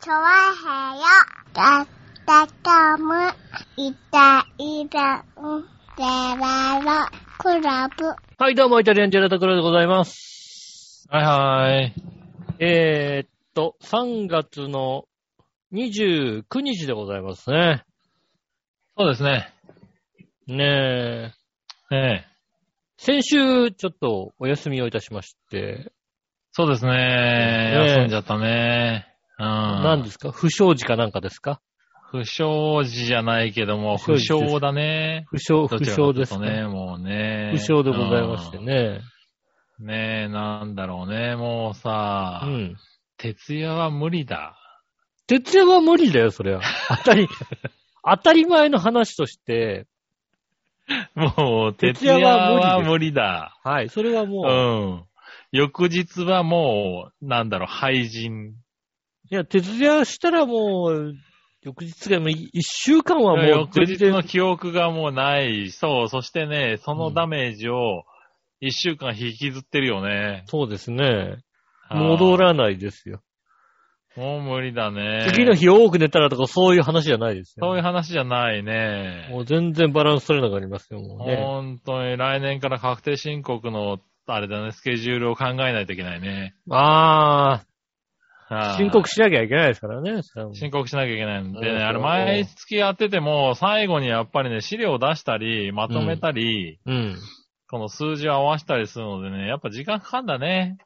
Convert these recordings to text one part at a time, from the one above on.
チョワヘヨだったかむいたいたんでららクラブはい、どうも、イタリアンジェラートクラブでございます。はいはい。えー、っと、3月の29日でございますね。そうですね。ねえ。ええ。先週、ちょっとお休みをいたしまして、そうですね。ええ休んじゃったね。うん。何ですか不祥事かなんかですか不祥事じゃないけども、不祥不事です祥だね。不祥、不祥どでちらすかというとね。ね。もうね。不祥でございましてね。うん。ねえ、なんだろうね。もううさ、ん。徹夜は無理だ。徹夜は無理だよ、そりゃ。当たり、当たり前の話として、 もう、徹徹夜夜はは無無理だ。はい、それはうもう、ん。翌日はもう、なんだろう、廃人。いや、徹夜したらもう、翌日がもうい一週間はもう翌全日然の記憶がもうない。そう、そしてね、そのダメージを一週間引きずってるよね。そうですね。戻らないですよ。もう無理だね。次の。日多く寝たらとかそういう話じゃないですよ。そういう話じゃないね。もう全然バランス取れなくなりますよ、もうね。本当に来年から確定申告の、あれだね、スケジュールを考えないといけないね。あはあ、い申告しなきゃいけないですからね。それはもう申告しなきゃいけないんでね、そうそうあれ毎月やってても、最後にやっぱりね、資料を出したり、まとめたり、うん。この数字を合わせたりするのでね、やっぱ時間かかんだね。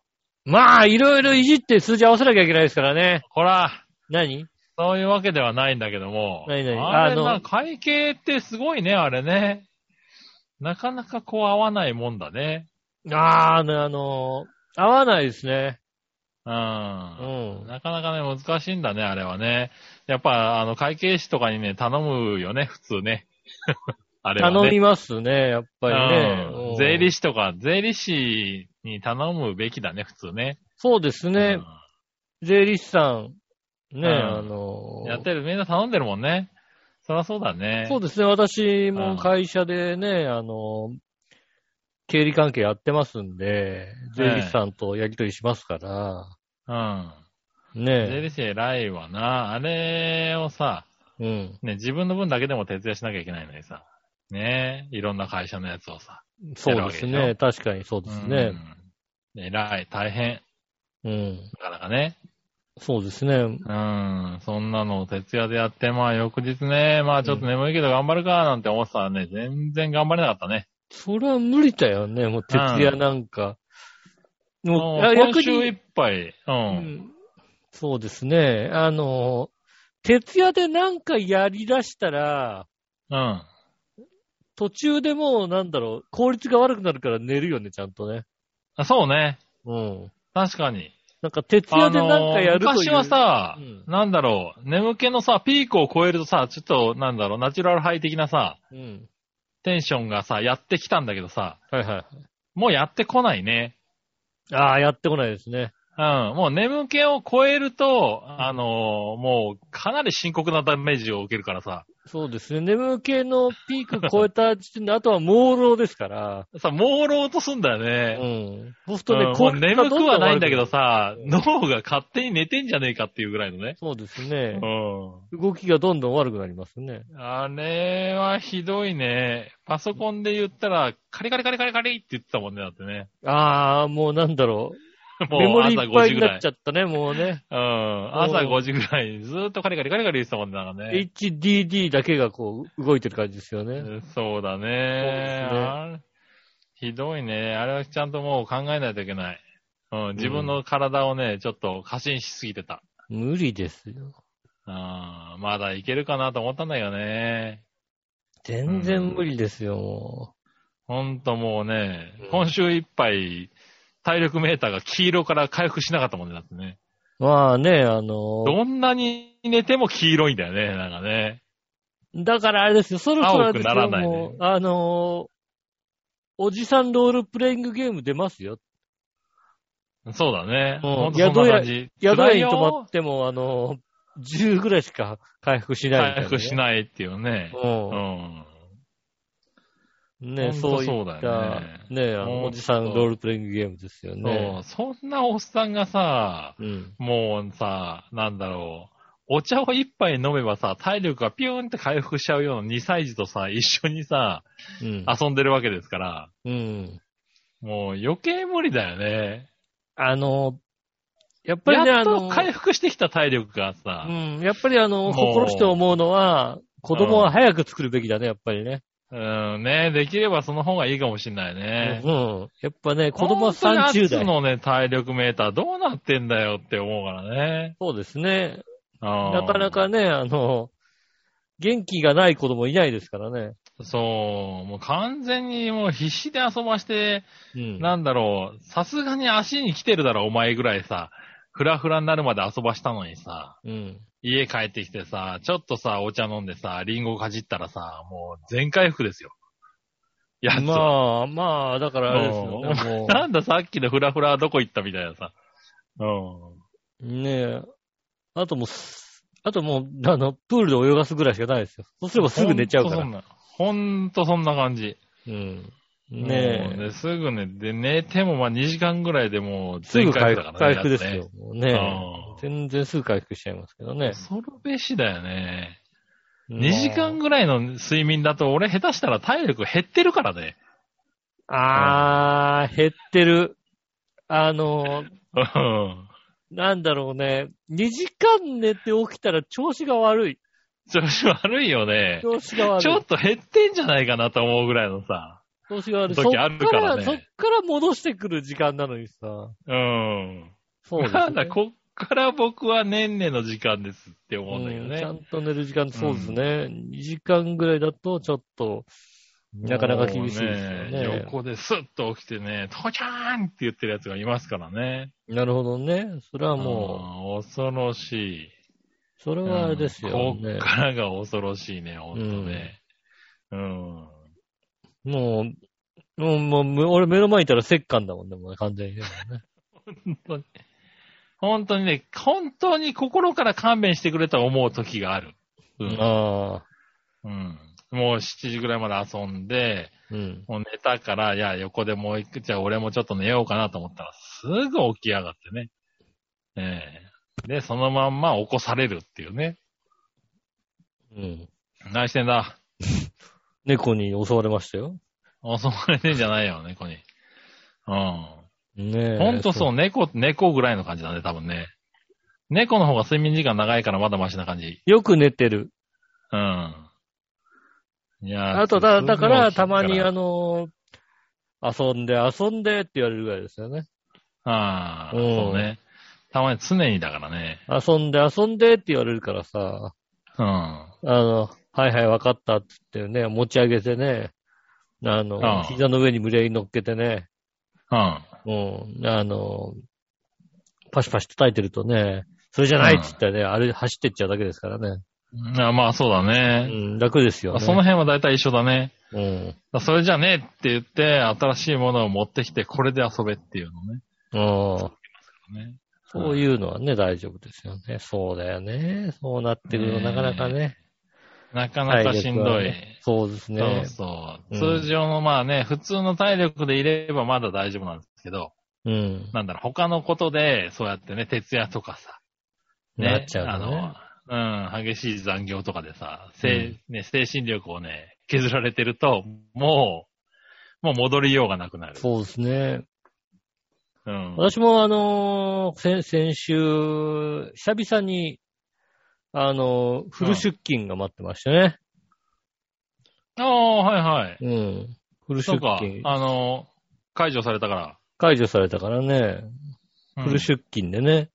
まあ、いろいろいじって数字合わせなきゃいけないですからね。ほら、何そういうわけではないんだけども。ないないああれのな、会計ってすごいね、あれね。なかなかこう合わないもんだね。ああ、ねあのー、合わないですね。う。うんん。なかなかね、難しいんだね、あれはね。やっぱ、あの、会計士とかにね、頼むよね、普通ね。 あれはね。頼みますね、やっぱりね。ううんん税理士とか、税理士に頼むべきだね、普通ね。そうですね。税理士さん、ね、んあうのーんやってる、みんな頼んでるもんね。そりゃそうだね。そうですね。私も会社でね、あの、経理関係やってますんで、税理士さんとやりとりしますから、うん。税ね理士偉いわな。あれをさ、え。うん。ね、自分の分だけでも徹夜しなきゃいけないのにさ。ねいろんな会社のやつをさ。そうですやるね。確かにそうですね。うん。偉い、大変。うん。なかなかね。そうですね。うん。そんなのを徹夜でやって、まあ翌日ね、まあちょっと眠いけど頑張るか、なんて思ってたらね、全然頑張れなかったね。それは無理だよね。もう徹夜なんか。もう、もいうや今逆に週いっぱい、う。うんんそうですね。あの、徹夜でなんかやり出したら、うん。途中でもうなんだろう、効率が悪くなるから寝るよね、ちゃんとね。あそうね。うん。確かに。なんか、徹夜でなんかやるという、あのー昔はさ、うんなんだろう、眠気のさ、ピークを超えるとさ、ちょっと、なんだろう、ナチュラルハイ的なさ、うん。テンションがさ、やってきたんだけどさ、はいはもうやってこないね。い。ああ、やってこないですね。うん、もう眠気を超えると、あのーもう、かなり深刻なダメージを受けるからさ、そうですね。眠気のピーク超えた時点で、あとは朦朧ですから。さ、朦朧とすんだようね。ん。そうするうとんね、も効う率が眠くどんどん悪はないんだけどさ、うん脳が勝手に寝てんじゃねえかっていうぐらいのね。そうですうね。ん。動きがどんどん悪くなりますね。あれはひどいね。パソコンで言ったら、カリカリカリカリカリって言ってたもんね、だってね。ああ、もうなんだろう。メもモうリ朝ーいっぱ5いに時ぐならっいち。ゃったね、もうね。うん。朝5時ぐらいにずーっとカリカリカリカリ言ってたもんね、なんかね。 HDD だけがこう、動いてる感じですよね。 そうだですねねあれひどいね。あれはちゃんともう考えないといけない。うん、自分の体をね、ちょっと過信しすぎてた。無理ですよ。あーまだいけるかなと思ったんだけどね。全然無理ですよ、もほんともうねうん、今週いっぱい、体力メーターが黄色から回復しなかったもんね、だってね。う。まあね、あのどんなに寝ても黄色いんだよね、なんかね。だからあれですよ、そろそろあれですよ青くならないねもうあのーおじさんロールプレイングゲーム出ますよ。そうだね。うんほんとそんな感じ。宿屋に暗い泊よまっても、あのー10ぐらいしか回復しないみたい回復しい。ないっていうね。う。うんん。ね、ほんそとういったそうだよ、ね、あのほんとおじさんロールプレイングゲームですよね。そう、そんなおっさんがさ、うん。もうさ、なんだろう、お茶を一杯飲めばさ、体力がピューンって回復しちゃうような2歳児とさ、一緒にさ、うん。遊んでるわけですから、うん。もう余計無理だよね。あの、やっぱりね、やあっのと、回復してきた体力がうさ、ん。やっぱりあもの、う心して思うのは、子供は早く作るべきだね、やっぱりね。うん、ね、できればその方がいいかもしんないね。うん。やっぱね、子供は本当に30アツ代。のね、体力メーターどうなってんだよって思うからね。そうですね。ななかなかね、あの、元気がない子供いないですからね。そう、もう完全にもう必死で遊ばして、うん。なんだろう、さすがに足に来てるだろ、お前ぐらいさ、フラフラになるまで遊ばしたのにさ、うん。家帰ってきてさ、ちょっとさ、お茶飲んでさ、リンゴかじったらさ、もう全回復ですよ。やつは。まあ、まあ、だからあれですよね。も なんださっきのフラフラはどこ行ったみたいなさ。うう、ねえ。あともうす、あともう、あの、プールで泳がすぐらいしかないですよ。そうすればん。すぐ寝ちゃうかほんら。とそんな。ほんとそんな感じ。うん。もうねえ。ねすぐね、で、寝てもまあ2時間ぐらいでもうすぐ全回回復だ復、から回ね。復ですやよつ。もうね。ね全然すぐ回復しちゃいますけどうねん。。恐るべしだよね。 2 2時間ぐらいの睡眠だと、俺下手したら体力減ってるからね。あー、減ってる。あの、うん。なんだろうね。2時間寝て起きたら調子が悪い。調子悪いよね。調子が悪い。ちょっと減ってんじゃないかなと思うぐらいのさ。調子が悪い。時あるからねそっから、そっから戻してくる時間なのにさ。うん。そうです、ね。ただ、こっから僕は年々の時間ですって思うんだけどうんちゃね。んと寝る時間、そうですね。2時間ぐらいだと、ちょっと、なかなか厳しいですよねもう横でスッと起きてね、父ちゃんって言ってるやつがいますからね。なるほどね。それはもうん恐ろしい。う、それはあれですようんねこっ。からが恐ろしいね、ほんとね。うんもう、もう、もうむ、俺目の前にいたら折檻だもんね、もう完全にね。本当に。本当にね、本当に心から勘弁してくれと思う時がある。うん。ああ。うん、もう7時ぐらいまで遊んで、うん。もう寝たから、いや、横でもう行く、じゃあ俺もちょっと寝ようかなと思ったら、すぐ起き上がってね。ええで、そのまんま起こされるっていうね。うん。何してんだ猫に襲われましたよ。襲われてんじゃないよ、猫に。うん。ねえ。ほんとそう、猫、猫ぐらいの感じだね、多分ね。猫の方が睡眠時間長いからまだマシな感じ。う。よく寝てる。うん。いやあとだ、だから、たまに、ああのー遊んで、遊んでって言われるぐらいですよね。ああ、うんそうね。たまに常にだからね。遊んで、遊んでって言われるからさ、うん。あの、はいはい、わかったって言ってね、持ち上げてね、あの、ああ膝の上に無理やり乗っけてね、うん。うん、あの、パシパシ叩いてるとね、それじゃないって言ったらね、あれ走ってっちゃうだけですからね。あまあ、そうだうね。ん、楽ですよ、まあね。その辺は大体一緒だね。うん。だそれじゃねえって言って、新しいものを持ってきて、これで遊べっていううん。のね。そういうのはね、大丈夫ですよね。そうだよね。そうなってくると、ねえなかなかね。なかなかしん体ど。力はいねそうですそうね。そう。うん通常のまあね、普通の体力でいればまだ大丈夫なんですけど、うん。なんだろう、他のことで、そうやってね、徹夜とかさ、なっちゃうとね。あの、うん、激しい残業とかでさ、精ね、精神力をね、削られてると、もう、もう戻りようがなくなる。そうですね。うん。私もあのー先、先週、久々に、あのーフル出勤が待ってましたね。ああ、はいはい。うん。フルそ出うか、勤。あの、解除されたから。解除されたからね、うんフル出勤でね。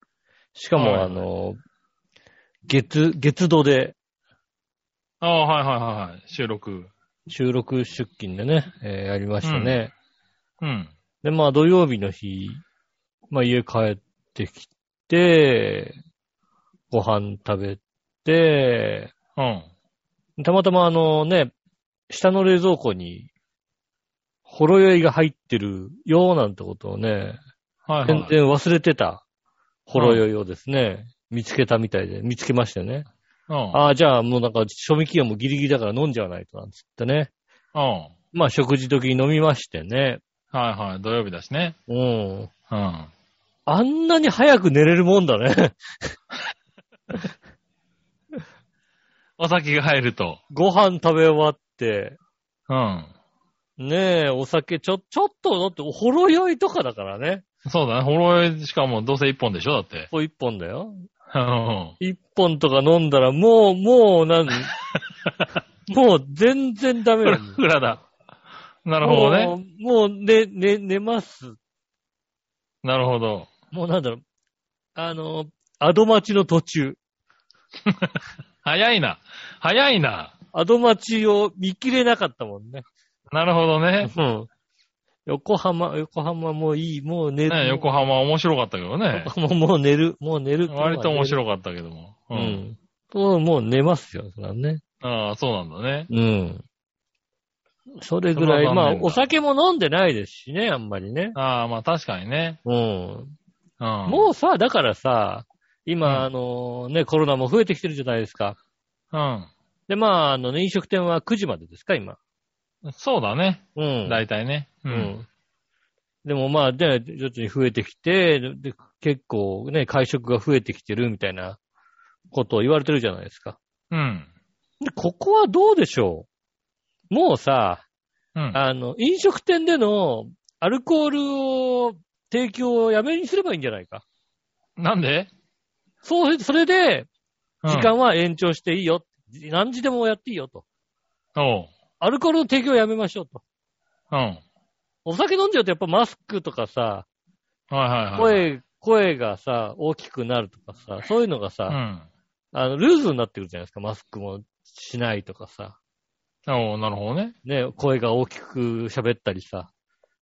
しかはいもあのー月、月度でああ、はいはいはいはい。収録。収録出勤でね、えーやりましたね。うん。で、まあ土曜日の日、まあ家帰ってきて、ご飯食べて、うん。たまたまあのね、下の冷蔵庫に、ほろ酔いが入ってるよなんてことをね、はい全はい。然忘れてた、ほろ酔いをですね、見つけたみたいで、見つけましてね。うん。ああ、じゃあもうなんか、賞味期限もギリギリだから飲んじゃわないとなんつってね。うん。はまあ食事時に飲みましてね。いはい。土曜日だしね。うん。うん。あんなに早く寝れるもんだね。お酒が入ると。ご飯食べ終わって、うん。ねえ、お酒ちょ、ちょっと、だって、ほろ酔いとかだからね。そうだね。ほろ酔い、しかもどうせ一本でしょだって。こう一本だよ。うん。一本とか飲んだら、もう、もう、 なん、もう全然ダメふらだ。 ふらだ。なるほどね。もう、もうね、ね、寝ます。なるほど。もうなんだろう。あの、アド待ちの途中。早いな。早いな。アド待ちを見切れなかったもんね。なるほどね。うん。横浜、横浜もういい、もう寝る。ね横浜面白かったけどね横。浜 もう寝る、もう寝る。割と面い。白かったけども。う。うんん。もうもう寝ますよ、そらね。ああ、そうなんだね。うん。それぐらい、そんまな場あ面、がお酒も飲んでないですしね、あんまりね。ああ、まあ確かにね。うん。うん。もうさ、だからさ、今、うんあの、ね、コロナも増えてきてるじゃないですか。うん。で、まあ、あの、ね、飲食店は9時までですか、今。そうだね。うん。大体ね。う。うんん。でもまあ、で、徐々に増えてきて、で、結構ね、会食が増えてきてるみたいなことを言われてるじゃないですか。うん。で、ここはどうでしょうもうさ、うん。あの、飲食店でのアルコールを提供をやめにすればいいんじゃないか。なんでそう、それで、うん時間は延長していいよ。何時でもやっていいよと。おう。アルコールの提供をやめましょうと。うん。はいお酒飲んじゃうとやっぱマスクとかさ、はいはい。。声、声がさ、大きくなるとかさ、そういうのがうさ、ん。あの、ルーズになってくるじゃないですか。マスクもしないとかさ、おう、なるほどね。ね、声が大きく喋ったりさ、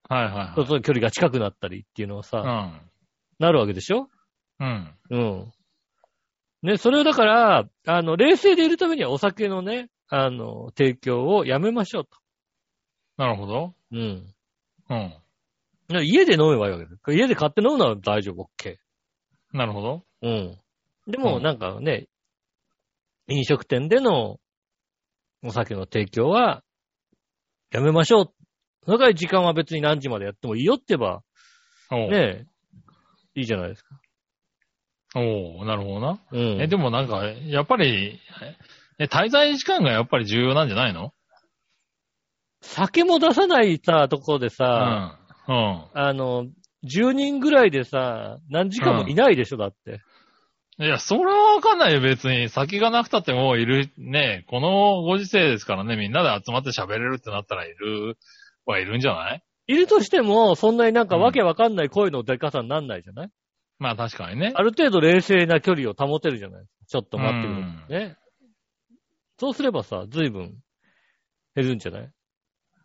はいは人との距離が近くなったりっていうのをいさ、はい。なるわけでしょうん。うん。うん。ね、それをだから、あの、冷静でいるためにはお酒のね、あの、提供をやめましょうと。なるほど。うん。うん。ね家で飲めばいいわけです。家で買って飲むのは大丈夫、OK。なるほど。うん。でも、うんなんかね、飲食店でのお酒の提供はやめましょう。それから時間は別に何時までやってもいいよって言えば、おねう。え、いいじゃないですか。おう、なるほどな。うん。え、でもなんか、やっぱり、え、滞在時間がやっぱり重要なんじゃないの酒も出さないさ、ところでうさ、ん。うん。あの、10人ぐらいでさ、何時間もいないでしょ、だって。いや、それはわかんないよ、別に。先がなくたってもういる、ね、このご時世ですからね、みんなで集まって喋れるってなったらいる、はいるんじゃないいるとしても、そんなになんかうんわけわかんない声の出方になんないじゃない、まあ確かにね。ある程度冷静な距離を保てるじゃないちょっと待ってくる。うんね。そうすればさ、随分減るんじゃない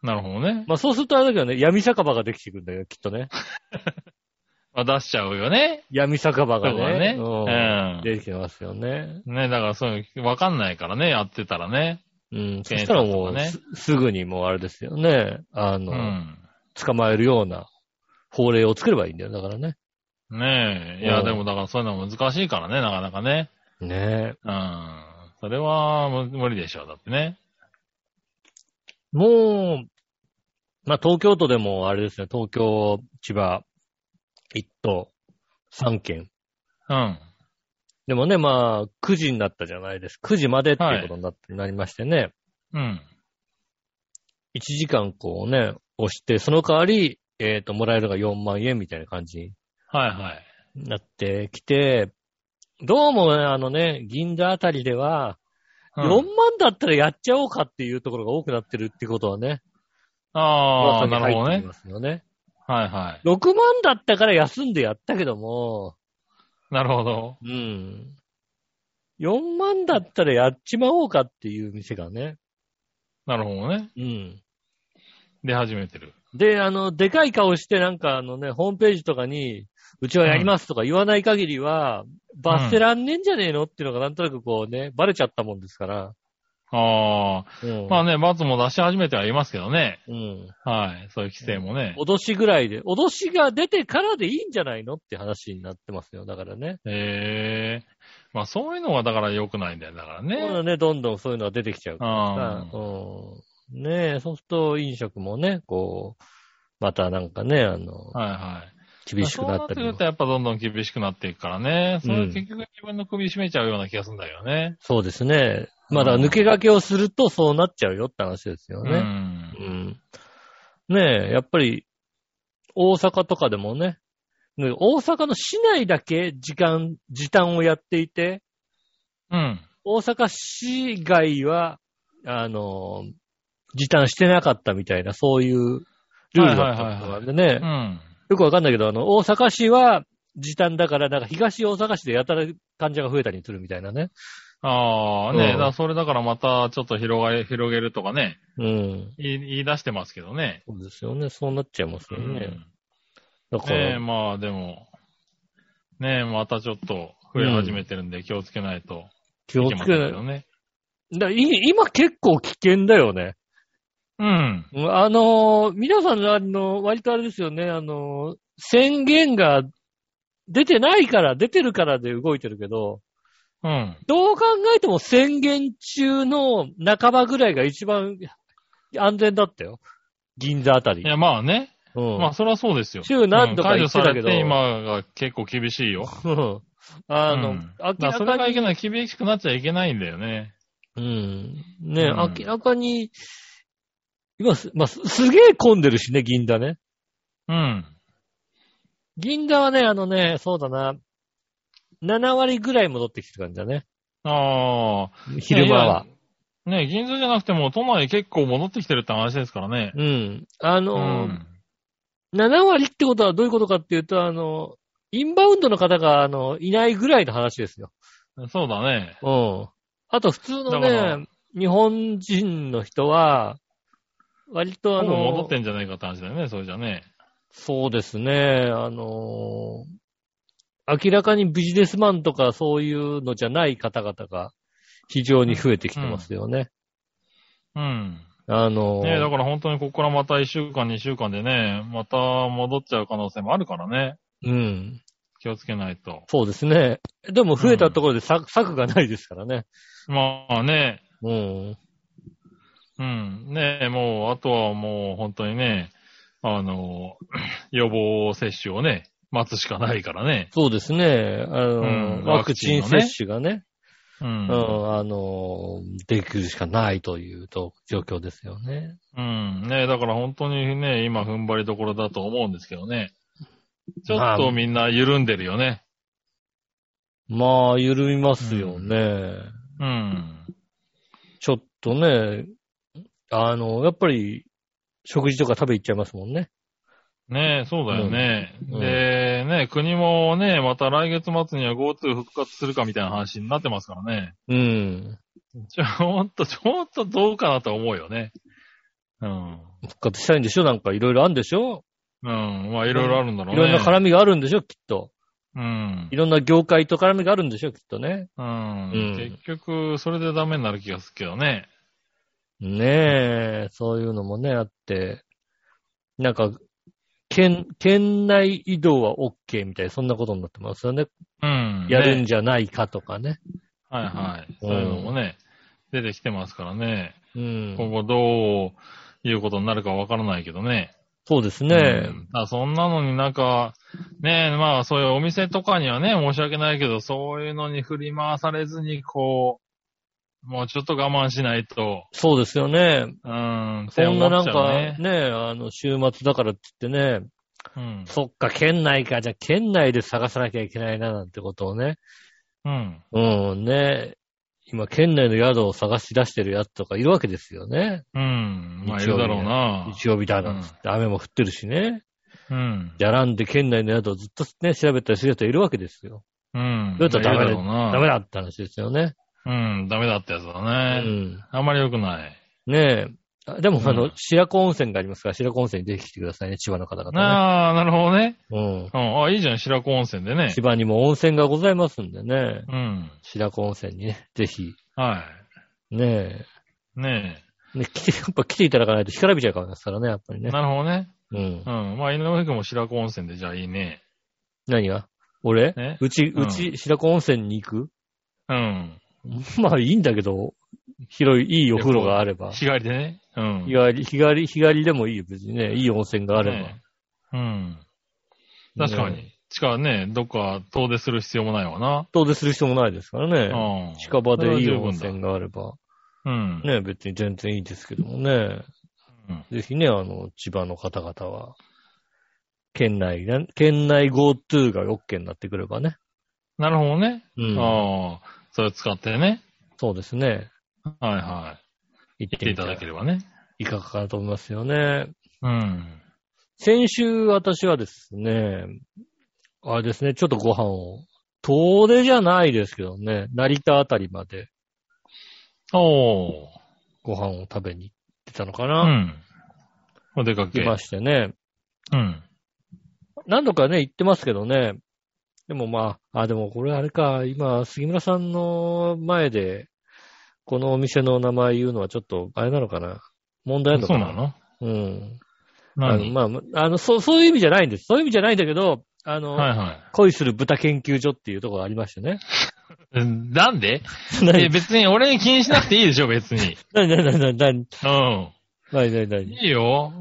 なるほどね。まあそうするとあれだけどね、闇酒場ができてくるんだよ、きっとね。まあ出しちゃうよね。闇酒場そがうだねね。。うんうできてますよね。ん。ね、だからそういう、わかんないからね、やってたらね。うん。そ検し査たとからねもうす、すぐにもうあれですよね。あうの、ん。捕まえるような法令を作ればいいんだよ、だからね。ねえ。いうや、んでもだからそういうのは難しいからね、なかなかね。ねえ。うん。それはむ無理でしょう、だってね。もう、まあ東京都でもあれですね、東京、千葉、一都、三県。うん。でもね、まあ、9時になったじゃないです。9時までっていうことにな,、なりましてね。うん。 1時間こうね、押して、その代わり、えっ、と、もらえるのが4万円みたいな感じはいはい。になってきて、どうもね、あのね、銀座あたりでは、う4ん万だったらやっちゃおうかっていうところが多くなってるってことはね、あ噂あ、になるほど入ってきね。ますよね。はいは6万だったから休んでやったけども、い。なるほど。うん。4万だったらやっちまおうかっていう店がね、なるほどね。うん。出始めてる。で、あの、でかい顔して、なんかあのね、ホームページとかに、うちはやりますとか言わない限りは、罰せらんねえんじゃねえのっていうのがなんとなくこうね、バレちゃったもんですから。あうんあ。まあね、罰も出し始めてはいますけどね。うん。はい。そういう規制もね。脅しぐらいで、脅しが出てからでいいんじゃないのって話になってますよ。だからね。へえ。まあそういうのはだから良くないんだよ。だからそうね。だね、どんどんそういうのが出てきちゃううからん。。うん。ねえ、そうすると飲食もね、こう、またなんかね、あの、はいはい。厳しくなったそりうなってくもるとやっぱどんどん厳しくなっていくからね。それうん結局自分の首絞めちゃうような気がするんだよね。そうですね。まだ抜け駆けをするとそうなっちゃうよって話ですようね。んう。ん。ねえ、やっぱり、大阪とかでもね、ね大阪の市内だけ時間、時短をやっていて、うん。大阪市外は、あの、時短してなかったみたいな、そういうルールだったことなんでねう。ん。よくわかんないけど、あの、大阪市は時短だから、なんか東大阪市でやたら患者が増えたりするみたいなね。ああ、うんね、だからそれだからまたちょっと広がり、広げるとかね、うん。言い言い出してますけどね。そうですよね。そうなっちゃいますよね。だかねえ、ら、まあでも、ねえ、またちょっと増え始めてるんで気をつけないと気をいつけませけんなけいど。ね。だい今結構危険だよね。うん。うんあのー、皆さんの、あの、割とあれですよね、あのー、宣言が出てないから、出てるからで動いてるけど、うん。どう考えても宣言中の半ばぐらいが一番安全だったよ。銀座あたり。いや、まあね。うんまあ、それはそうですよ。週何度かうん言解って除さたれけてど今が結構厳しいよ。うんあの、うんだ明からそらかれがいに、けない、厳しくなっちゃいけないんだよね。うん。ね、うん明らかに、今す、まあ、すすげえ混んでるしね、銀座ね。うん。銀座はね、あのね、そうだな、7割ぐらい戻ってきてる感じだね。ああ。昼間は。いや。いやね銀座じゃなくても都内結構戻ってきてるって話ですからね。うん。あうの、ん。 7割ってことはどういうことかっていうと、あの、インバウンドの方が、あの、いないぐらいの話ですよ。そうだね。うん。あと、普通のだからね、日本人の人は、割とあほぼの、戻ってんじゃないかって話だよね、それじゃね。そうですね。あのー明らかにビジネスマンとかそういうのじゃない方々が非常に増えてきてますよね。うん。あのーねえ、だから本当にここからまた1週間、2週間でね、また戻っちゃう可能性もあるからね。うん。気をつけないと。そうですね。でも増えたところで策,、策がないですからね。まあね、うん。うん。ねえ、もう、あとはもう本当にね、あの、 予防接種をね、待つしかないからね。そうですね。あのーうんワクチンワクチンのね接種がね、う。うんん、あのーできるしかないというと状況ですよね。うん。ねえ、だから本当にね、今踏ん張りどころだと思うんですけどね。ちょっとみんな緩んでるよね。まあ、緩みますよね。うん。ちょっとね、あの、やっぱり、食事とか食べ行っちゃいますもんね。ねえ、そうだよね。うんで、ね、国もね、また来月末には GoTo 復活するかみたいな話になってますからね。うん。ちょっと、ちょっとどうかなと思うよね。うん。復活したいんでしょなんかいろいろあるんでしょうん。まあ、いろいろあるんだろいうね。ろんな絡みがあるんでしょきっと。うんい。ろんな業界と絡みがあるんでしょきっとね。うん。うん結局、それでダメになる気がするけどね。ねえ、そういうのもね、あって。なんか、県、県内移動は OK みたいな、そんなことになってますよね。うん。やるんねじゃないかとかね。はいはうい。んそういうのもね、出てきてますからね。うん。今後どういうことになるかわからないけどね。そうですねう。んあそんなのになんか、ねえ、まあそういうお店とかにはね、申し訳ないけど、そういうのに振り回されずに、こう、もうちょっと我慢しないと、そうですよね。うん、っそてんな思なっんちゃかうねね。あの、週末だからって言ってね、うん。そっか、県内か。じゃあ、県内で探さなきゃいけないな、なんてことをね。うん。うん、ね。今、県内の宿を探し出してるやつとかいるわけですよね。うん。まあ、い日曜日ねるだろうな。日曜日だなんつって、雨も降ってるしね。うん。じゃらんで県内の宿をずっとね、調べたりするやついるわけですよ。うん。だったらまあダメだいるろうな。ダメだって話ですよね。うん、ダメだってやつうだね。ん。あんまり良くない。ねえ。あでも、あうのん、白子温泉がありますから、白子温泉にぜひ来てくださいね、千葉の方々ね。ああ、なるほどね。うん。うん。あ、いいじゃん、白子温泉でね千。葉にも温泉がございますんでね。うん。白子温泉にね、ぜひ、はねい。ねえ、ね、来て、やっぱ来ていただかないと干からびちゃうからですからね、やっぱりえ。ね。なるほどね。うんう。ん。まあ、井上くんも白子温泉でじゃあいいね。何が俺えうち、うんうち、白子温泉に行く、 うん。まあいいんだけど、広い、いいお風呂があれば。日帰りでね。うん。日帰り、日帰り、日帰りでもいいよ、別にね。いい温泉があれば。ねうん。確かに。地下ね、どっか遠出する必要もないわな。遠出する必要もないですからね。うん。近場でいいそれ温は十分だ泉があれば。うん。ね、別に全然いいですけどもね。うんぜひね、あの、千葉の方々は、県内な、県内 GoTo が OK になってくればね。なるほどね。うん。ああ、それを使ってね。そうですね。はいは行い。っ来てていいたただだけける。ればね。いかがかと思いますよね。うん。先週私はですね、あれですね、ちょっとご飯を、遠出じゃないですけどね、成田あたりまでおー。ご飯を食べに行ってたのかうな。ん。お出か行け。きましてね。うん。何度かね、行ってますけどね。でもまあ、あ、でもこれあれか、今、杉村さんの前で、このお店の名前言うのはちょっと、あれなのかな問題なのそかうななのうん。あの何まあまあ、あの、そう、そういう意味じゃないんです。そういう意味じゃないんだけど、あの、はいはい。恋する豚研究所っていうところがありましてね。うんなんでえ、何、別に俺に気にしなくていいでしょ、別 に。何、何、何、何、うん。何、何、何、いいよ。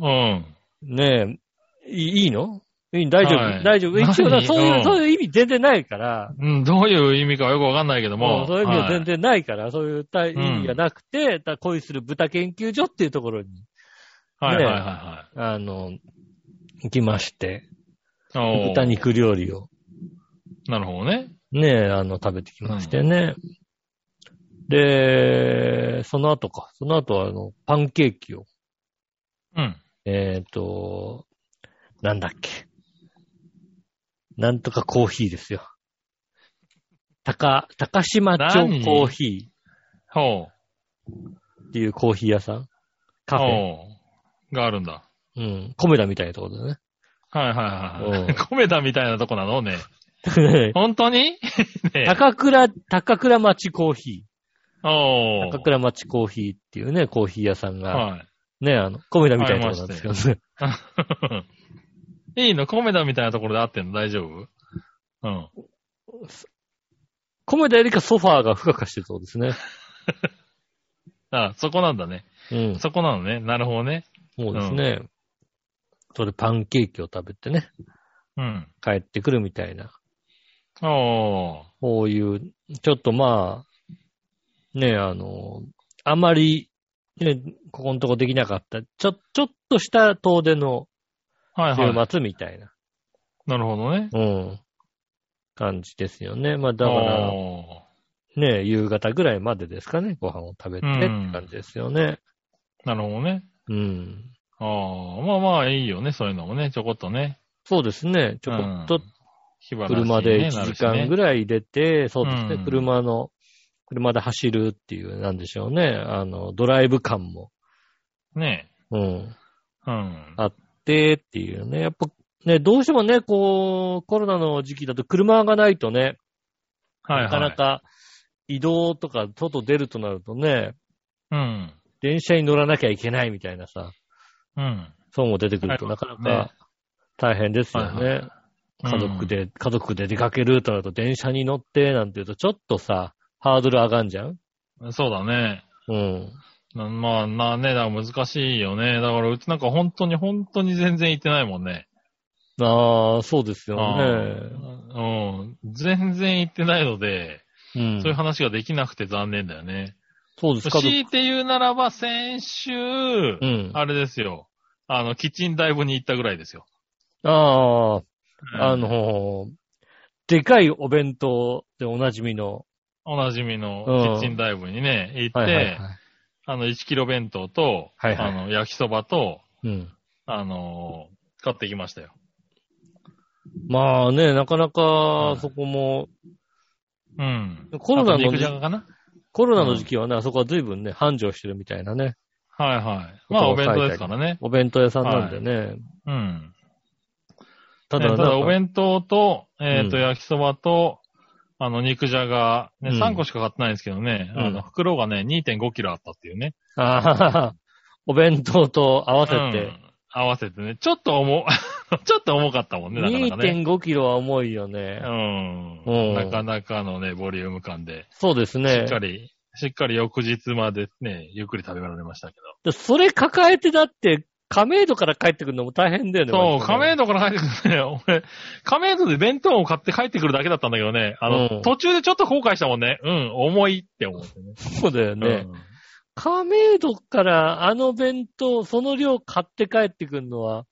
うん。ねえ、いいいいのいい大丈夫、はい大丈夫。一応な、何そういうう、んそういう意味全然ないから、うん、どういう意味かはよくわかんないけどもも。う、そういう意味は全はい然ないから、そういうた意味がなくて、た恋する豚研究所っていうところに、はいねはいはあの、行きまして、いはい。おー豚。肉料理をなるほどね。ね、あの、食べてきましてね。で、その後か、その後は、あの、パンケーキを、うん。えっ、と、なんだっけ。なんとかコーヒーですよ。高、高島町何コーヒほーっていうコーヒー屋さんう。カフェ。ほう。があるんだ。うん。コメダみたいなところだね。 はいはいはいおはうい。 コメダみたいなとこなのね。本当にね高倉、高倉町コーヒおー。ー高倉町コーヒーっていうね、コーヒー屋さんが、はい。ね、あの、コメダみたいなところなんですけどね。いい のコメダみたいなところで合ってんの大丈夫うん。コメダよりかソファーがふかふかしてるそうですね。あ、そこなんだね。うん。そこなのね。なるほどね。そうですね。それパンケーキを食べてね、うん。帰ってくるみたいな。おー。こういう、ちょっとまあ、ね、あの、あまり、ね、ここのとこできなかった、ちょ、ちょっとした遠出のはいはい。週末みたいな、なるほどね。うん、感じですよね。まあだから、おね、夕方ぐらいまでですかね、ご飯を食べてってうん感じですよね。ーなるほどね。うん。ああ、まあまあいいよね、そういうのもね、ちょこっとね。そうですね、ちょこっと火花車で1にね時間ぐなるしねらい出て、そうですうね、ん車の、車で走るっていう、なんでしょうね、あの、ドライブ感も、ねうん、え。うん。でっていうね。やっぱね、どうしてもね、こう、コロナの時期だと車がないとね、はいはい。なかなか移動とか外出るとなるとね、うん。電車に乗らなきゃいけないみたいなさ、うん。そうも出てくるとなかなはいか大変ですよはいはね。家族で、家族で出かけるとなると電車に乗ってなんて言うとちょっとさ、ハードル上がんじゃんそうだね。うん。なまあ、なね、だから難しいよね。だからうちなんか本当に本当に全然行ってないもんね。ああ、そうですよあね。ーうん。全然行ってないので、うん。そういう話ができなくて残念だよね。そうです、家族。強いて言うならば、先週、うん。あれですよ。あの、キッチンダイブに行ったぐらいですよ。ああ、うんあ、のー、でかいお弁当でおなじみの。おなじみのうんキッチンダイブにね、行って、はいはいはいあの、1キロ弁当と、はいはいあの、焼きそばと、うん。あのー買ってきましたよ。まあね、なかなうかんそこも、うん。コロナあとの肉じゃがかなコロナの時期はね、あそこは随分ね、繁盛してるみたいなね、はいはい。まあ、お弁当ですからね。お弁当屋さんなんでね。うん。ただねなんか、ただお弁当と、えっ、と、うん焼きそばと、あの、肉じゃが、ね、うん3個しか買ってないんですけどね、うんあの、袋がね、2.5キロあったっていうね。あはははお弁当と合わせうて、ん合わせてね、ちょっと重、 ちょっと重かったもんね、なかなかね。 2.5キロは重いよね。う。うんんなかなかのね、ボリューム感で、そうですしねっ。かり、しっかり翌日までね、ゆっくり食べられましたけでそれ抱えてだって、亀戸から帰ってくるのも大変だよね。そう、割亀戸から帰ってくるね。 俺、亀戸で弁当を買って帰ってくるだけだったんだけどね。あの、うん途中でちょっと後悔したもんね。うん、重いって思ってね。とねそうだよね。うん亀戸からあの弁当、その量買って帰ってくるのは、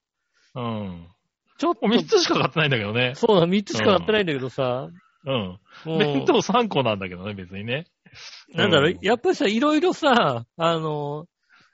うん。ちょっと、 3つしか買ってないんだけどね。そうだ、3つしか買ってないんだけどさ、うん。もう弁当3個なんだけどね、別にね。なんだろう、うんやっぱりさ、いろいろさ、あの、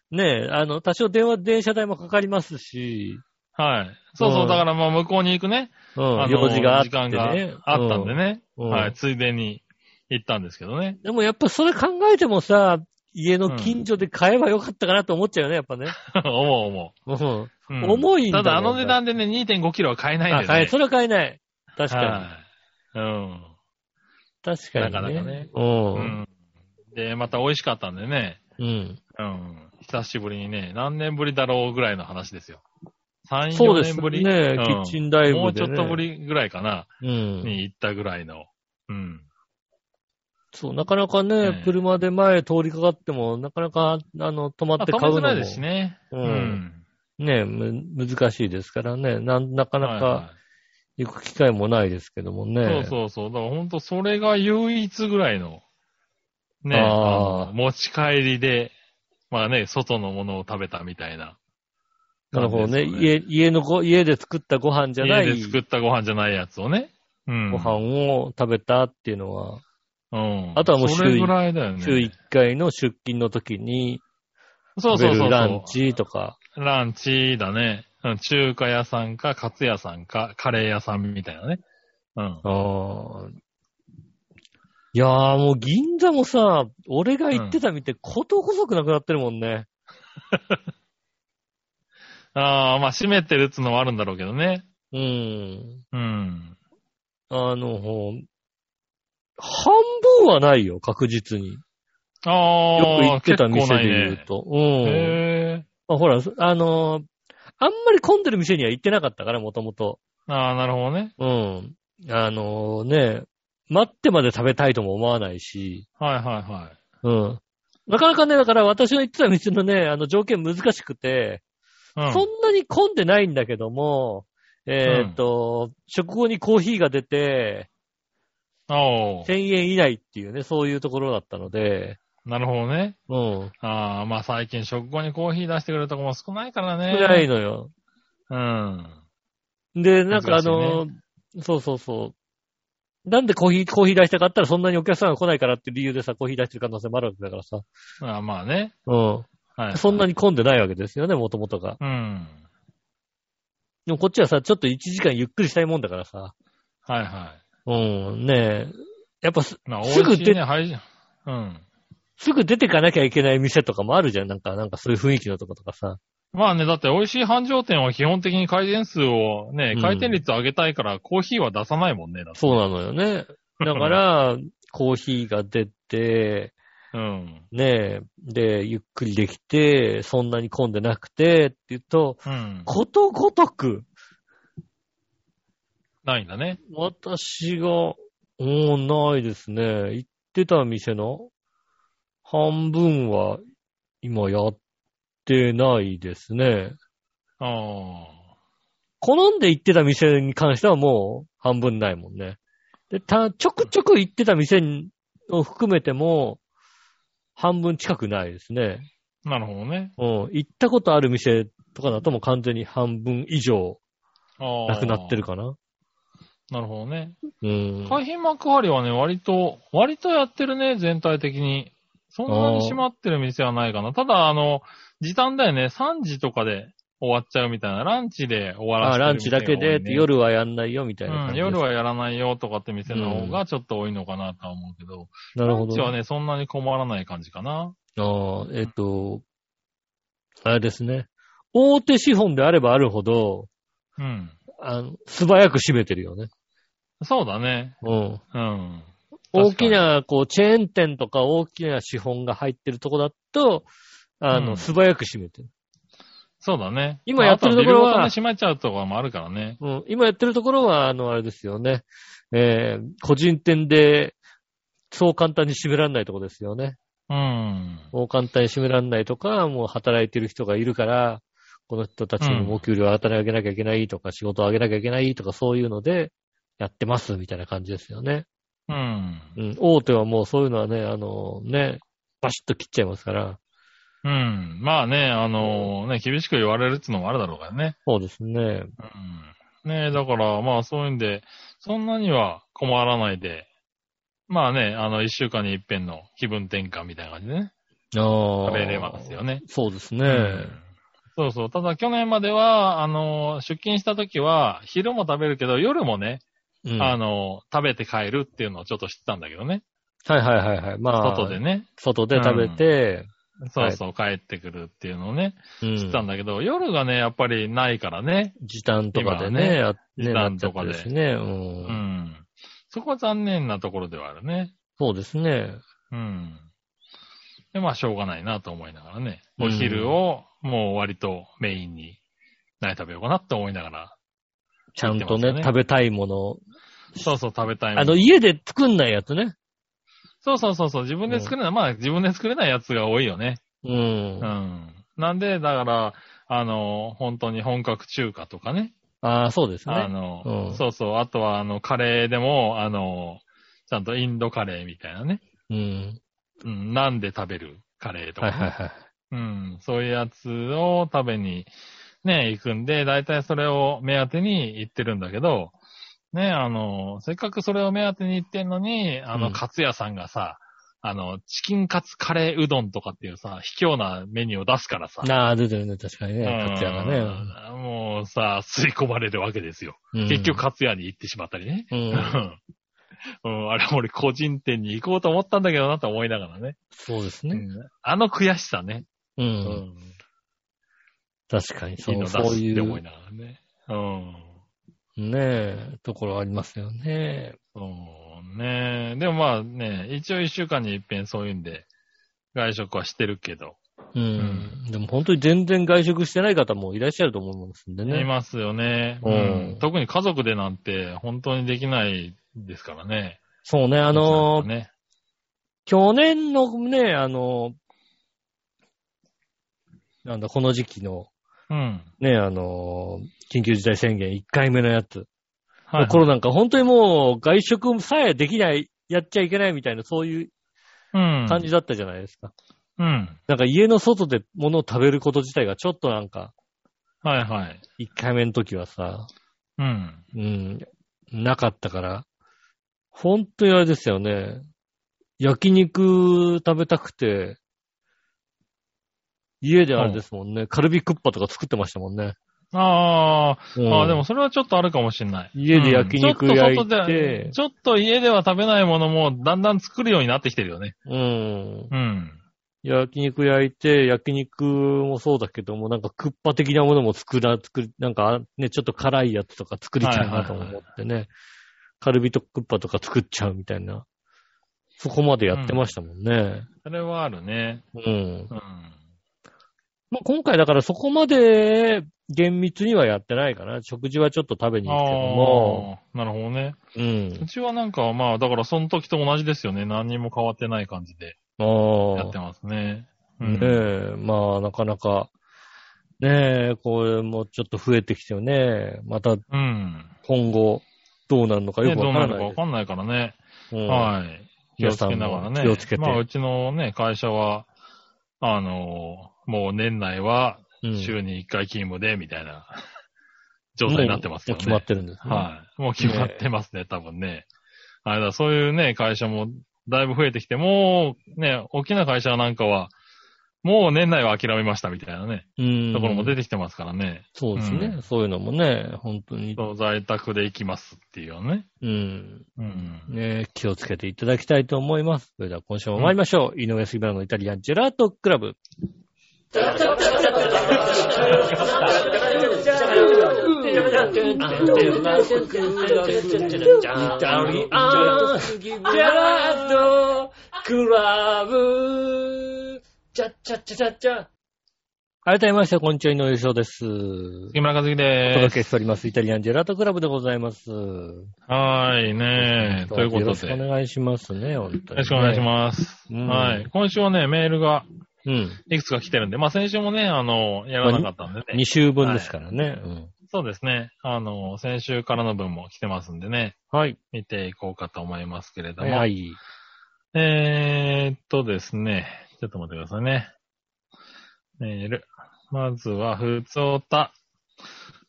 ねえ、あの、多少電話、電車代もかかりますし、はい。そうそうう、んだからまあ向こうに行くね。うんあの用事があって時間がね。あったんでね。うんはい。ついでに行ったんですけどね。 でもやっぱそれ考えてもさ、家の近所で買えばよかったかなと思っちゃうよね、やっぱね。思う思うん。う。うん重いんだたよだあの値段でね、2.5キロは買えないんあ、だ買よえ、ね。それは買えない。確かに。はい。うん。確かに、ね。なかなかねう。うんん。で、また美味しかったんでね。うん。うん。久しぶりにね、何年ぶりだろうぐらいの話ですよ。3、そう4です年ね。ぶり。キうんッチンダイブで、ね。もうちょっとぶ。りぐらいかな、うん。に行ったぐらいの。うん。そう、なかなかね、ええ車で前通りかかっても、なかなか、あの、止まっまあ、て買うの止めづもらい、ですしね。う。うんねむ、難しいですからね。なん、なかなはか行く機会もないですけどもね。いはいそうそうそう。だから本当それが唯一ぐらいの、ね、あーあの持ち帰りで、まあね、外のものを食べたみたいな。なるほどね。感じ家、家のご、家で作ったご飯じゃない家で作ったご飯じゃないやつをね。うん。ご飯を食べたっていうのは、うん。あとはもうそ週れぐらいだよね。週1回の出勤の時に、そう食べそうそうそるう。ラン。チとか。ランチだね。うん中華屋さんか、カツ屋さんか、カレー屋さんみたいなね。うん。あーいやーもう銀座もさ、俺が行ってた見て、こと細くなくなってるもんね。ああ、まあ閉めてるっつのはあるんだろうけどね。うん。うん。あの、ほん半分はないよ、確実に。よあくあ、行ってた店結構でない言うね。と。うん。へえ。まあ、ほら、あのーあんまり混んでる店には行ってなかったから、もともと。ああ、なるほどね。うん。あのーね、待ってまで食べたいとも思わないし。はいはいはい。うん。なかなかね、だから私の行ってた店のね、あの条件難しくて、うん、そんなに混んでないんだけども、えーっと、食後にコーヒーが出て、おー1000円以内っていうね、そういうところだったので、なるほどね。うん。ああ、まあ最近食後にコーヒー出してくれるとこも少ないからね。ぐらいのよ。うん。で、なんかあ珍しいねの、そうそうそう。なんでコーヒー、コーヒー出したかったらそんなにお客さんが来ないからっていう理由でさ、コーヒー出してる可能性もあるわけだからさ。ああまあね。うん。はい。そんなに。に混んでないわけですよね、もともとが。うん。でもこっちはさ、ちょっと1時間ゆっくりしたいもんだからさ。はいはうん、ねえ。やっぱすい。まあ、す美ぐ味しい出ね、配信。うん。すぐ出てかなきゃいけない店とかもあるじゃん。なんか、なんかそういう雰囲気のとことかさ。まあね、だって美味しい繁盛店は基本的に回転数をねうん、回転率を上げたいからコーヒーは出さないもんね、だって。そうなのよね。だから、コーヒーが出て、 うん。ねえ、で、ゆっくりできて、そんなに混んでなくて、って言うと、うん。ことごとく、ないんだね。私が、おー、ないですね。行ってた店の半分は今やってないですね。ああ。好んで行ってた店に関してはもう半分ないもんね。で、た、ちょくちょく行ってた店を含めても、半分近くないですね。なるほどね。うん。行ったことある店とかだともう完全に半分以上ああ。なくなってる。かな。なるほどね。うん。海浜幕張はね、割と、割とやってるね、全体的に。そんなに閉まってる店はないかな。ただ、あの、時短だよね。3時とかで終わっちゃうみたいな。ランチで終わらあせてるランチだけで、店が多いね夜はやんないよみたいな感うん、じです、夜はやらないよとかって店の方がちょっと多いのかなとは思うけど。なるほランチはど。ね、そんなに困らない感じかな。ああ、えっ、と、あれですね。大手資本であればあるほど、うん。あの素早く閉めてるよね。そうだね。うん。うん。大きな、こう、チェーン店とか大きな資本が入ってるとこだと、あの、うん素早く閉めてる。そうだね。今やってるところはまああとはビルごとね閉まっちゃうところもあるからね。うん。今やってるところは、あの、あれですよね。えー個人店で、そう簡単に閉めらんないとこですよね。うん。もう簡単に閉めらんないとか、もう働いてる人がいるから、この人たちにもお給料新たに上げなきゃいけないとか、仕事を上げなきゃいけないとか、そういうので、やってます、みたいな感じですよね。うん。うん。大手はもうそういうのはね、あの、ね、バシッと切っちゃいますから。うん。まあね、あのね、厳しく言われるっていうのもあるだろうからね。そうですね。うん。ねだから、まあそういうんで、そんなには困らないで、まあね、あの、一週間に一遍の気分転換みたいな感じでね、ああ。食べれますよね。そうですね。うんそうそう。ただ去年までは、あの、出勤した時は、昼も食べるけど、夜もね、うん。あはいの、食べて帰るっていうのをちょっと知ってたんだけどね。はいはいはい。まあ、外でね。外で食べて、そうそう、帰ってくるっていうのをね、うん知ってたんだけど、夜がね、やっぱりないからね。時短とかで今はねね、あね時短となっちゃっかてでるしね、ううんん。そこは残念なところではあるね。そうですね。うん。で、まあ、しょうがないなと思いながらね。お昼を、もう割とメインに、何食べようかなって思いながら。ちゃんと言ってますよね、ね食べたいもの。そうそう、食べたいもあの、家で作んないやつね。そうそうそうそう、自分で作れない、まあ、自分で作れないやつが多いよね。う。うんん。なんで、だから、あの、本当に本格中華とかね。ああ、そうですあね。の、うんそうそう。あとは、あの、カレーでも、あの、ちゃんとインドカレーみたいなね。うん。うん、なんで食べるカレーとかはね、いはいはい。うん、そういうやつを食べに、ね、行くんで、だいたいそれを目当てに行ってるんだけど、ね、あの、せっかくそれを目当てに行ってんのに、あうの、んカツ屋さんがさ、あの、チキンカツカレーうどんとかっていうさ、卑怯なメニューを出すからさ。なあ、出てるね、確かにね。うんこちらがね。もうさ、吸い込まれるわけですよ。うん結局、、カツ屋に行ってしまったりね。う。うん ん。うん、あれ俺個人店に行こうと思ったんだけどなと思いながらね。そうですうね。んあの悔しさね。う。うん確かに、いいそのう、出そうすっい、て思いうながらね。うん。ねえ、ところありますよね。そうね。でもまあね、一応一週間に一遍そういうんで、外食はしてるけど。うん。でも本当に全然外食してない方もいらっしゃると思いますんでいね。ますよね、うん特に家族でなんて本当にできないですからね。そうね、あのー、ね。去年のね、あの、なんだ、この時期の、うん。ね、あの、緊急事態宣言1回目のやつ。はい、コロナ禍、本当にもう外食さえできない、やっちゃいけないみたいな、そういううん。感じだったじゃないですか。うん。なんか家の外で物を食べること自体がちょっとなんか、はいはい。 1回目の時はさ、うん。うん、なかったから、本当にあれですよね。焼肉食べたくて、家であれですもんね、カルビクッパとか作ってましたもんね。うああ、んああ、でもそれはちょっとあるかもしれない。家で焼肉うん焼いちょっと外てで、ちょっと家では食べないものもだんだん作るようになってきてるよね。うん。うん。焼肉焼いて、焼肉もそうだけども、なんかクッパ的なものも作ら、作り、なんかね、ちょっと辛いやつとか作りたいなと思ってね、カルビとクッパとか作っちゃうみたいな。そこまでやってましたもんね。それはあるね。うん。うん。まあ、今回だからそこまで厳密にはやってないかな。食事はちょっと食べに行くけども。あーなるほどね。う。うんちはなんか、まあ、だからその時と同じですよね。何にも変わってない感じでやあってあ。ますね。うんねえ、まあなかなか、ねえ、これもちょっと増えてきてよね。またうん。今後、どうなるのかよね、くどうわからなるかないわです。かんないからね。うんはい。気をつけながら皆さね。んも気をつけてまあ、うちのね、会社は、あのーもう年内はうん週に1回勤務で、みたいな、 状態になってますけもうどね。決まってるんですね。はい。もう決まってますね、多分ね。あれだ、そういうね、会社もだいぶ増えてきて、もうね、大きな会社なんかは、もう年内は諦めましたみたいなね、うん。ところも出てきてますからね。そうですね、うんそういうのもね、本当に。そう在宅で行きますっていうね。うん。うん。ね気をつけていただきたいと思います。それでは今週も参りましょう。井上杉村のイタリアンジェラートクラブ。改めまして、こんにちは、井上翔です。お杉村和樹で届す。けしております。イタリアンジェラートクラブでございます。はーい、ねというこよとろしくで。およ願いしますね、本当に、ろしくお願いしす。ます。うんはい。今週はね、メールが、うん。いくつか来てるんで、まあ先週もね、あの、やらなかったんでね2。週分ですからね。うんそうですね。あの、先週からの分も来てますんでね、はい。見ていこうかと思いますけれども。はい。えーっとですね。ちょっと待ってくださいね。メール。まずは、ふつおた。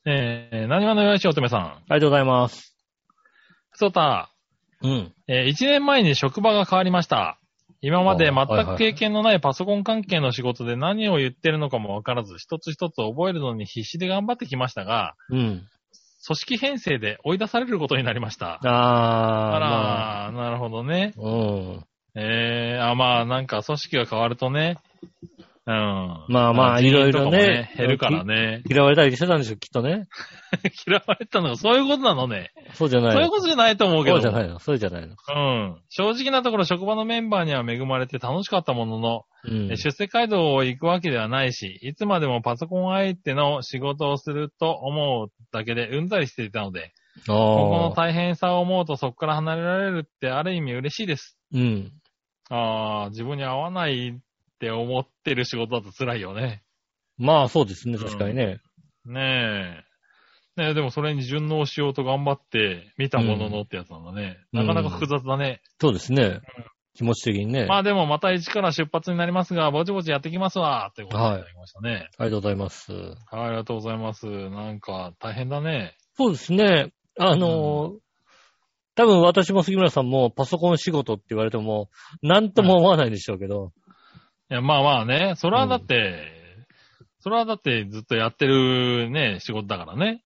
えー、なにわのよいしおとめさん。ありがとうございます。ふつおた。うん。えー、1年前に職場が変わりました。今まであはい全はくい経験のないパソコン関係の仕事で何を言ってるのかもわからず、一つ一つ覚えるのに必死で頑張ってきましたが、うん。組織編成で追い出されることになりました。あー。ああらー、なるほどね。まあ、うん。ええあ、まあ、なんか組織が変わるとね。うん。まあまあいろいろね人員とかも減るからね。 嫌われたりしてたんでしょ、きっとね。嫌われたのがそういうことなのね。そうじゃないそういうの。ことじゃないと思うけそど。うじゃないの。そうじゃないの。うん。正直なところ職場のメンバーには恵まれて楽しかったものの、うん。出世街道を行くわけではないし、いつまでもパソコン相手の仕事をすると思うだけでうんざりしていたので、今後のああ。大変さを思うとそこから離れられるってある意味嬉しいです。うん。ああ、自分に合わないって思ってる仕事だと辛いよね。まあそうですね、確かにね。ねえ。ねえ、でもそれに順応しようと頑張って見たもののってやつなんだね。うんなかなか複雑だね。そうですね。気持ち的にね。まああでもまた一から出発になりますが、ぼちぼちやってきますわってことでいただきましたね。りがとうございます。はい、ありがとうございます。なんか大変だね。そうですね。あのー多分私も杉村さんもパソコン仕事って言われても、なんとも思わないでしょうけど、いや、まあまあね。それはだって、それはだってずっとやってるね、仕事だからね。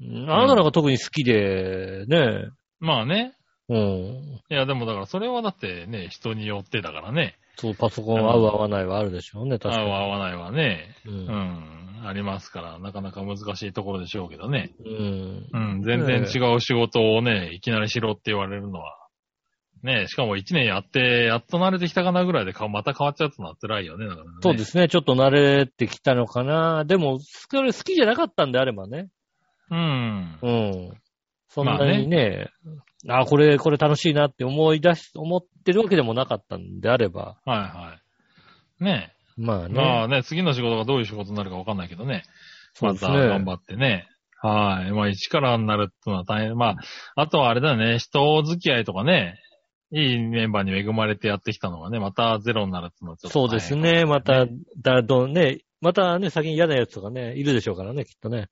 うんあなたの方が特に好きで、ね、まあね。うん。いや、でもだからそれはだってね、人によってだからね。そう、パソコン合う合わないはあるでしょうね、確か合うに。合わないはね。う。うんん、ありますから、なかなか難しいところでしょうけどね。うん。うん、全然違う仕事をね、いきなりしろって言われるのは。ねしかも一年やって、やっと慣れてきたかなぐらいでか、また変わっちゃうってのは辛いよね、だからね。。そうですすね、ちょっと慣れてきたのかな。でも、それ好きじゃなかったんであればね。うん。うん。そんなにね、あこれ、これ楽しいなって思い出し、思ってるわけでもなかったんであれば、はいはい。ねまあね。まあね、次の仕事がどういう仕事になるかわかんないけどね。そうまですたね。頑張ってね。はい。まあ、一からになるってのは大変。まあ、あとはあれだよね。人付き合いとかね。いいメンバーに恵まれてやってきたのがね、またゼロになるってのはちょっとそう大変ですね。また、だ、ど、ね、またね、先に嫌なやつとかね、いるでしょうからね、きっとね。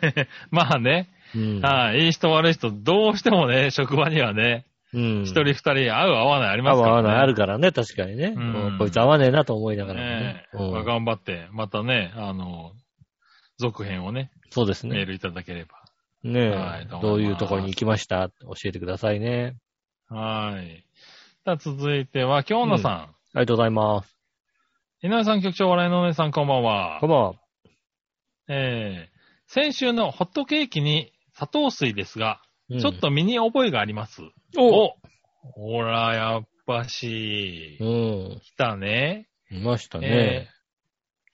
まあね、うん。はい、いい人悪い人、どうしてもね、 職場にはね、うん。一、人二人合う合わないあり合ますわからね。ないあるからね、確かにね。うんうんこいつ合わねえなと思いながらもねね。えうんまあ頑張って、またね、あの、続編をね、そうですメーね。ルいただければ。ねはえ。いどういうところに行きました教えてくださいね。はい。さあ続いては、京野さありがとうございます。ん。井上さん局長、笑いのお姉さん、こんばんはこん。ばんは。えー、先週のホットケーキに砂糖水ですが、うんちょっ、と身に覚えがあります。おおほら、やっぱしう、ん。来たね。いましたえね。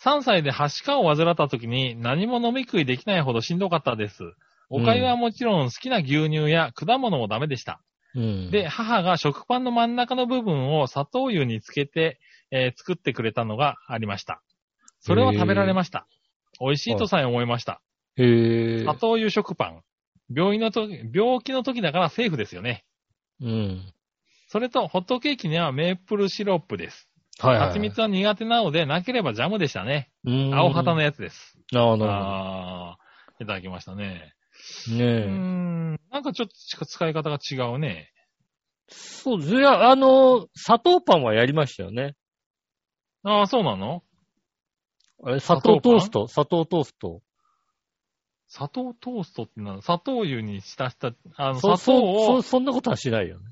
ー3歳ではしかを患った時に何も飲み食いできないほどしんどかったです。お粥はもちろん好きな牛乳や果物もダメでした。うん。で、、母が食パンの真ん中の部分を砂糖湯につけて、えー作ってくれたのがありました。それを食べられました。美味しいとさえ思いました。へえ砂。糖湯食パン。病院の時、病気の時だからセーフですよね。うん。それと、ホットケーキにはメープルシロップです。はいはい。蜂蜜は苦手なので、なければジャムでしたね。うん青旗の。やつです。なるほど。ああ、いただきましたね。うーねえ。ん、なんかちょっとしか使い方が違うね。そうです。いや、あの、砂糖パンはやりましたよね。ああ、そうなのあれ、砂糖トースト砂糖トースト砂糖トーストってな、砂糖湯に浸した、あの、そ砂糖そそを、そんなことはしないよね。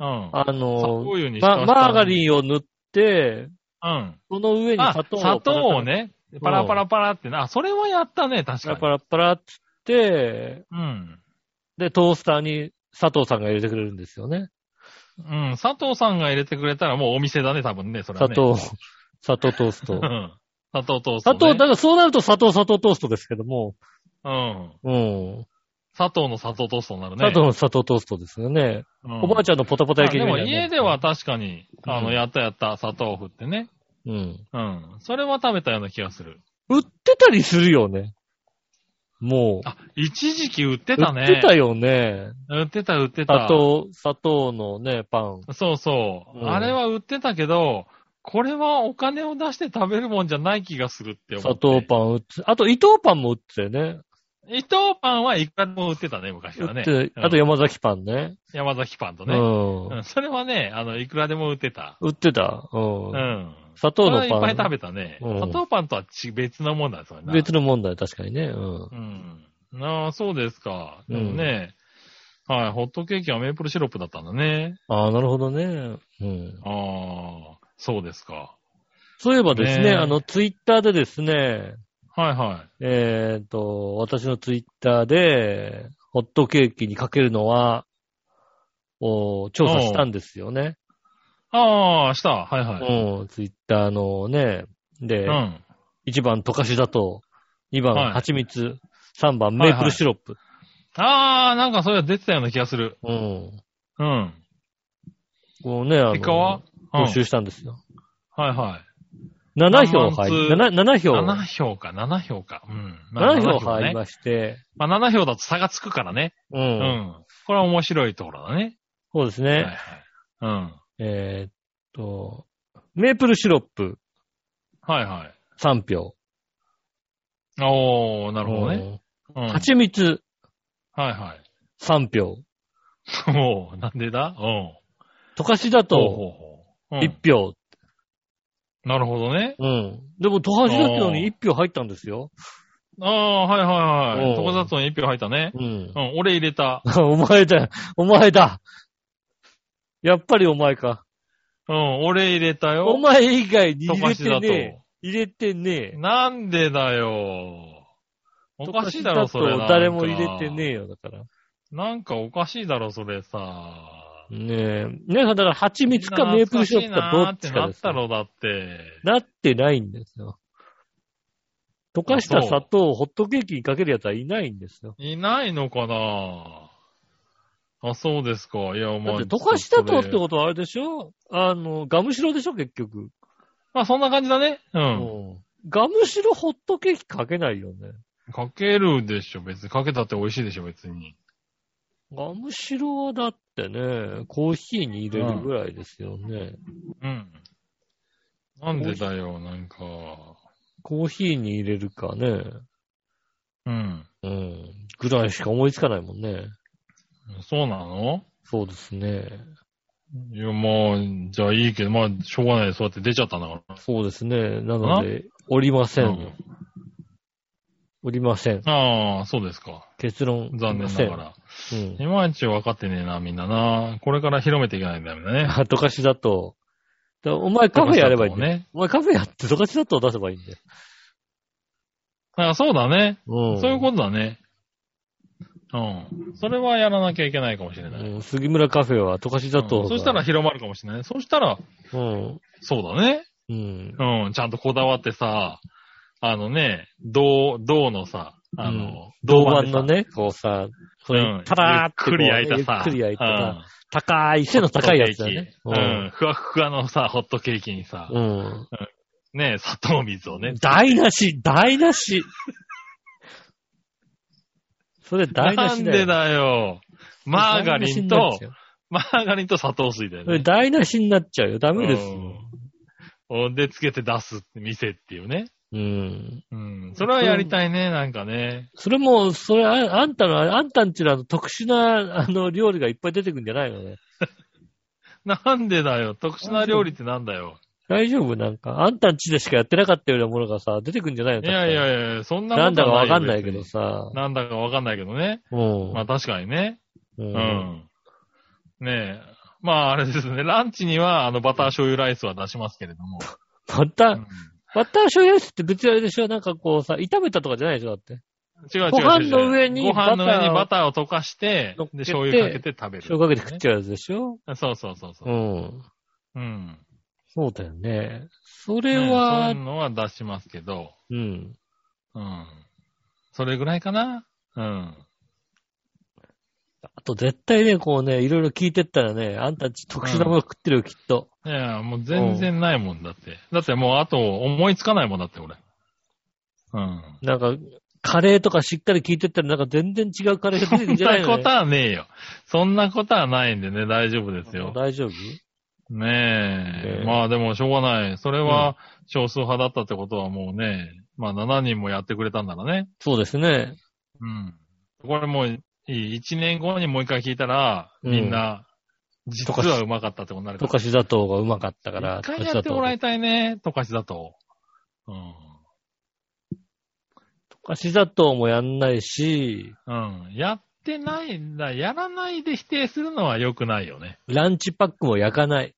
うん。あ砂の、糖湯に浸ま、した。マーガリンを塗って、うん。その上にあ砂糖を。砂糖を。ね、パラパラパラってな、あ、それはやったね、確パラかパに。ラパラってって、うん。で、トースターに佐藤さんが入れてくれるんですよね。うん。佐藤さんが入れてくれたらもうお店だね、多分ね、それは砂ね。糖、砂糖トース うト。ん。砂糖トース砂ト、ね。糖、だからそうなると砂糖、砂糖トーストですけども、うん。うん。砂糖の砂糖トーストになるね。砂糖の砂糖トーストですよね。うんおばあちゃんのポタポタあ焼きでみたいもなね家では、確かに、あうの、んやったやった、砂糖を振ってね。うん。うん。それは食べたような気がする。売ってたりするよね。もう。あ、一時期売ってた売ね。ってたよね。売ってた、売ってた。砂糖、砂糖のね、パン。そうそう、うんあれは売ってたけど、これはお金を出して食べるもんじゃない気がするって思って。砂糖パン売って、あと伊藤パンも売ってたよね。伊藤パンはいくらでも売ってたね、昔は売ねっ。てたあと山崎パンね。山崎パンとうね、んう。んそれはね、あの、いくらでも売ってた。売ってた。うんう。ん。砂糖のそれはいパっぱい食ン。べたね。うん砂糖パンとはち別のもんだ、それな。別の問題、確かにね。うん。うん。なあ、そうですか。うんでもね、はい、ホットケーキはメープルシロップだったんだね。ああ、なるほどね。うん。ああ、そうですか。そういえばですねね、えあの、ツイッターでですね、はいはい。えっ、と、私のツイッターで、ホットケーキにかけるのは、を調査したんですよね。ああ、した。はいはい。うん、ツイッターのね、で、うん。 1番溶かし砂糖、2は番い蜂蜜、3番メープルシロップ。ああ、なんかそれは出てたような気がする。うん。うん。こうね、あの、結果は、うん、募集したんですよ。はいは7票入り、何 7, 7い。票、 7票か、7票か。うん。まあ7票入りね。まして、まあ、7票だと差がつくからね。う。うんん。これは面白いところだね。そうですはね。いはい。うん。えーっと、メープルシロップはいはい。 3票。おー、なるほどね。うん。うん。はい蜂蜜は3票。 い。おー、なんでだおう溶かし砂ほう糖ほうほう。う1ん。票。なるほどね。うん。でも、溶かし砂糖に1票入ったんですよ。ああ、はいはいはおうい。床砂糖に1票入ったね。うんう。ん、俺入れた。 お前だ、お前だ。やっぱりお前か。うん、俺入れたよ。お前以外に溶入かれしてだと。ねえ。入れてねえ。なんでだよ。おかしいだろ、溶それ砂な。糖誰も入れてねええ。よ、だから。なんかおかしいだろ、それさ。ねえ。ねえ、だから蜂蜜かメープルシロップかどっちか懐かしいなーっでてすなよなった。ろ、だって。ってないんですよ。溶かしたあそう砂糖をホットケーキにかけるやつはいないんですよ。いないのかなあ、そうですか。いや、だお前。って溶かし砂糖ってと。ことはあれでしょあの、ガムシロでしょ結局、まあ、そんな感じだね。う。うんガムシロホットケーキかけないよね。かけるでしょ、別に。かけたって美味しいでしょ、別に。ガムシロはだってね、コーヒーに入れるぐらいですよね。うん。なんでだよ、なんか。コーヒーに入れるかね。うん。うん。ぐらいしか思いつかないもんね。そうなのそうですね。いや、まあ、じゃあいいけど、まあ、しょうがない。そうやって出ちゃったんだから。そうですね。なので、おりません。おりません。ああ、そうですか。結論。残念ながら。りません。うん。いまいち分かってねえな、みんなな。これから広めていかないんだよね。あ、溶かし砂糖。だお前カフェやればいいんだよ。ね。お前カフェやって溶かし砂糖出せばいいんだよ。あそうだね。うん。そういうことだね。うん。それはやらなきゃいけないかもしれない。うん、杉村カフェは溶かし砂糖、うんそしたら、広まるかもしれない。そしたら、うん。そうだね。うん。うん、ちゃんとこだわってさ、あのね、銅、銅のさ、あの、うん銅板のでさ、ね、こうさ、こうれん、たらーっゆっくり焼いたさ、ゆっくり焼いたうんさ、高い、背の高いやつだね。ホットケーキうん。ふわふわのさ、ホットケーキにさ、うん。ね、砂糖水をうねん。。台無し、台無し。それ台無なしんだよ。でだよ。マーガリンと台無しになっち、ゃうマーガリンと砂糖水だよそれね。台無しになっちゃうよ。ダメですよ。うん。で、つけて出す店っていうね。うん。うん。それはやりたいね、なんかね。それも、それ、ああんたの、あんたんちのあの特殊な、あの、料理がいっぱい出てくんじゃないのね。なんでだよ。特殊な料理ってなんだよ。大丈夫なんか、あんたんちでしかやってなかったようなものがさ、出てくんじゃないのいやいや。やいや、そんななんだかはわよかんないけど別さに。なんだかわかんないけどね。うん。まあ確かにね。う。うんん。ねえ。まああれですね。 ランチにはあのバター醤油ライスは出しますけれども。バうタんー、バター醤油ライスって別にあれでしょなんかこうさ、炒めたとかじゃないでしょだって。 違う違う違う。ご飯の上にご飯の上にババターを溶かして乗っけ、てで、醤油かけて食べる。醤油かけて食っちゃうやつでしょゃう。 そうそうそうそうう。ん。うん。そうだよね。それねはそういう、のは出しますけど。うん。うん。それぐらいかな。うん。あと絶対ね、こうね、いろいろ聞いてったらね、あんた特殊なもの食ってるよ、きっと。いや、もう全然ないもんだって。だってもうあと思いつかないもんだって、俺。うん。なんか、カレーとかしっかり聞いてったら、なんか全然違うカレーが出てく るんじそんゃないなの、こねと、はねえよ。そんなことはないんでね、大丈夫ですよ。大丈夫ねねえ。えまあでもしょうがない。それは少数派だったってことはもうね、まあ7人もやってくれたんだらね。そうですね。うん。これもういい。1年後にもう一回聞いたら、うんみんな、実はうまかったってことになるとから。かし砂糖がうまかったから。一回やってもらいたいね、とかしだと。うん。とかし砂糖もやんないし、うん。やってないんだ。やらないで否定するのは良くないよね。ランチパックも焼かない。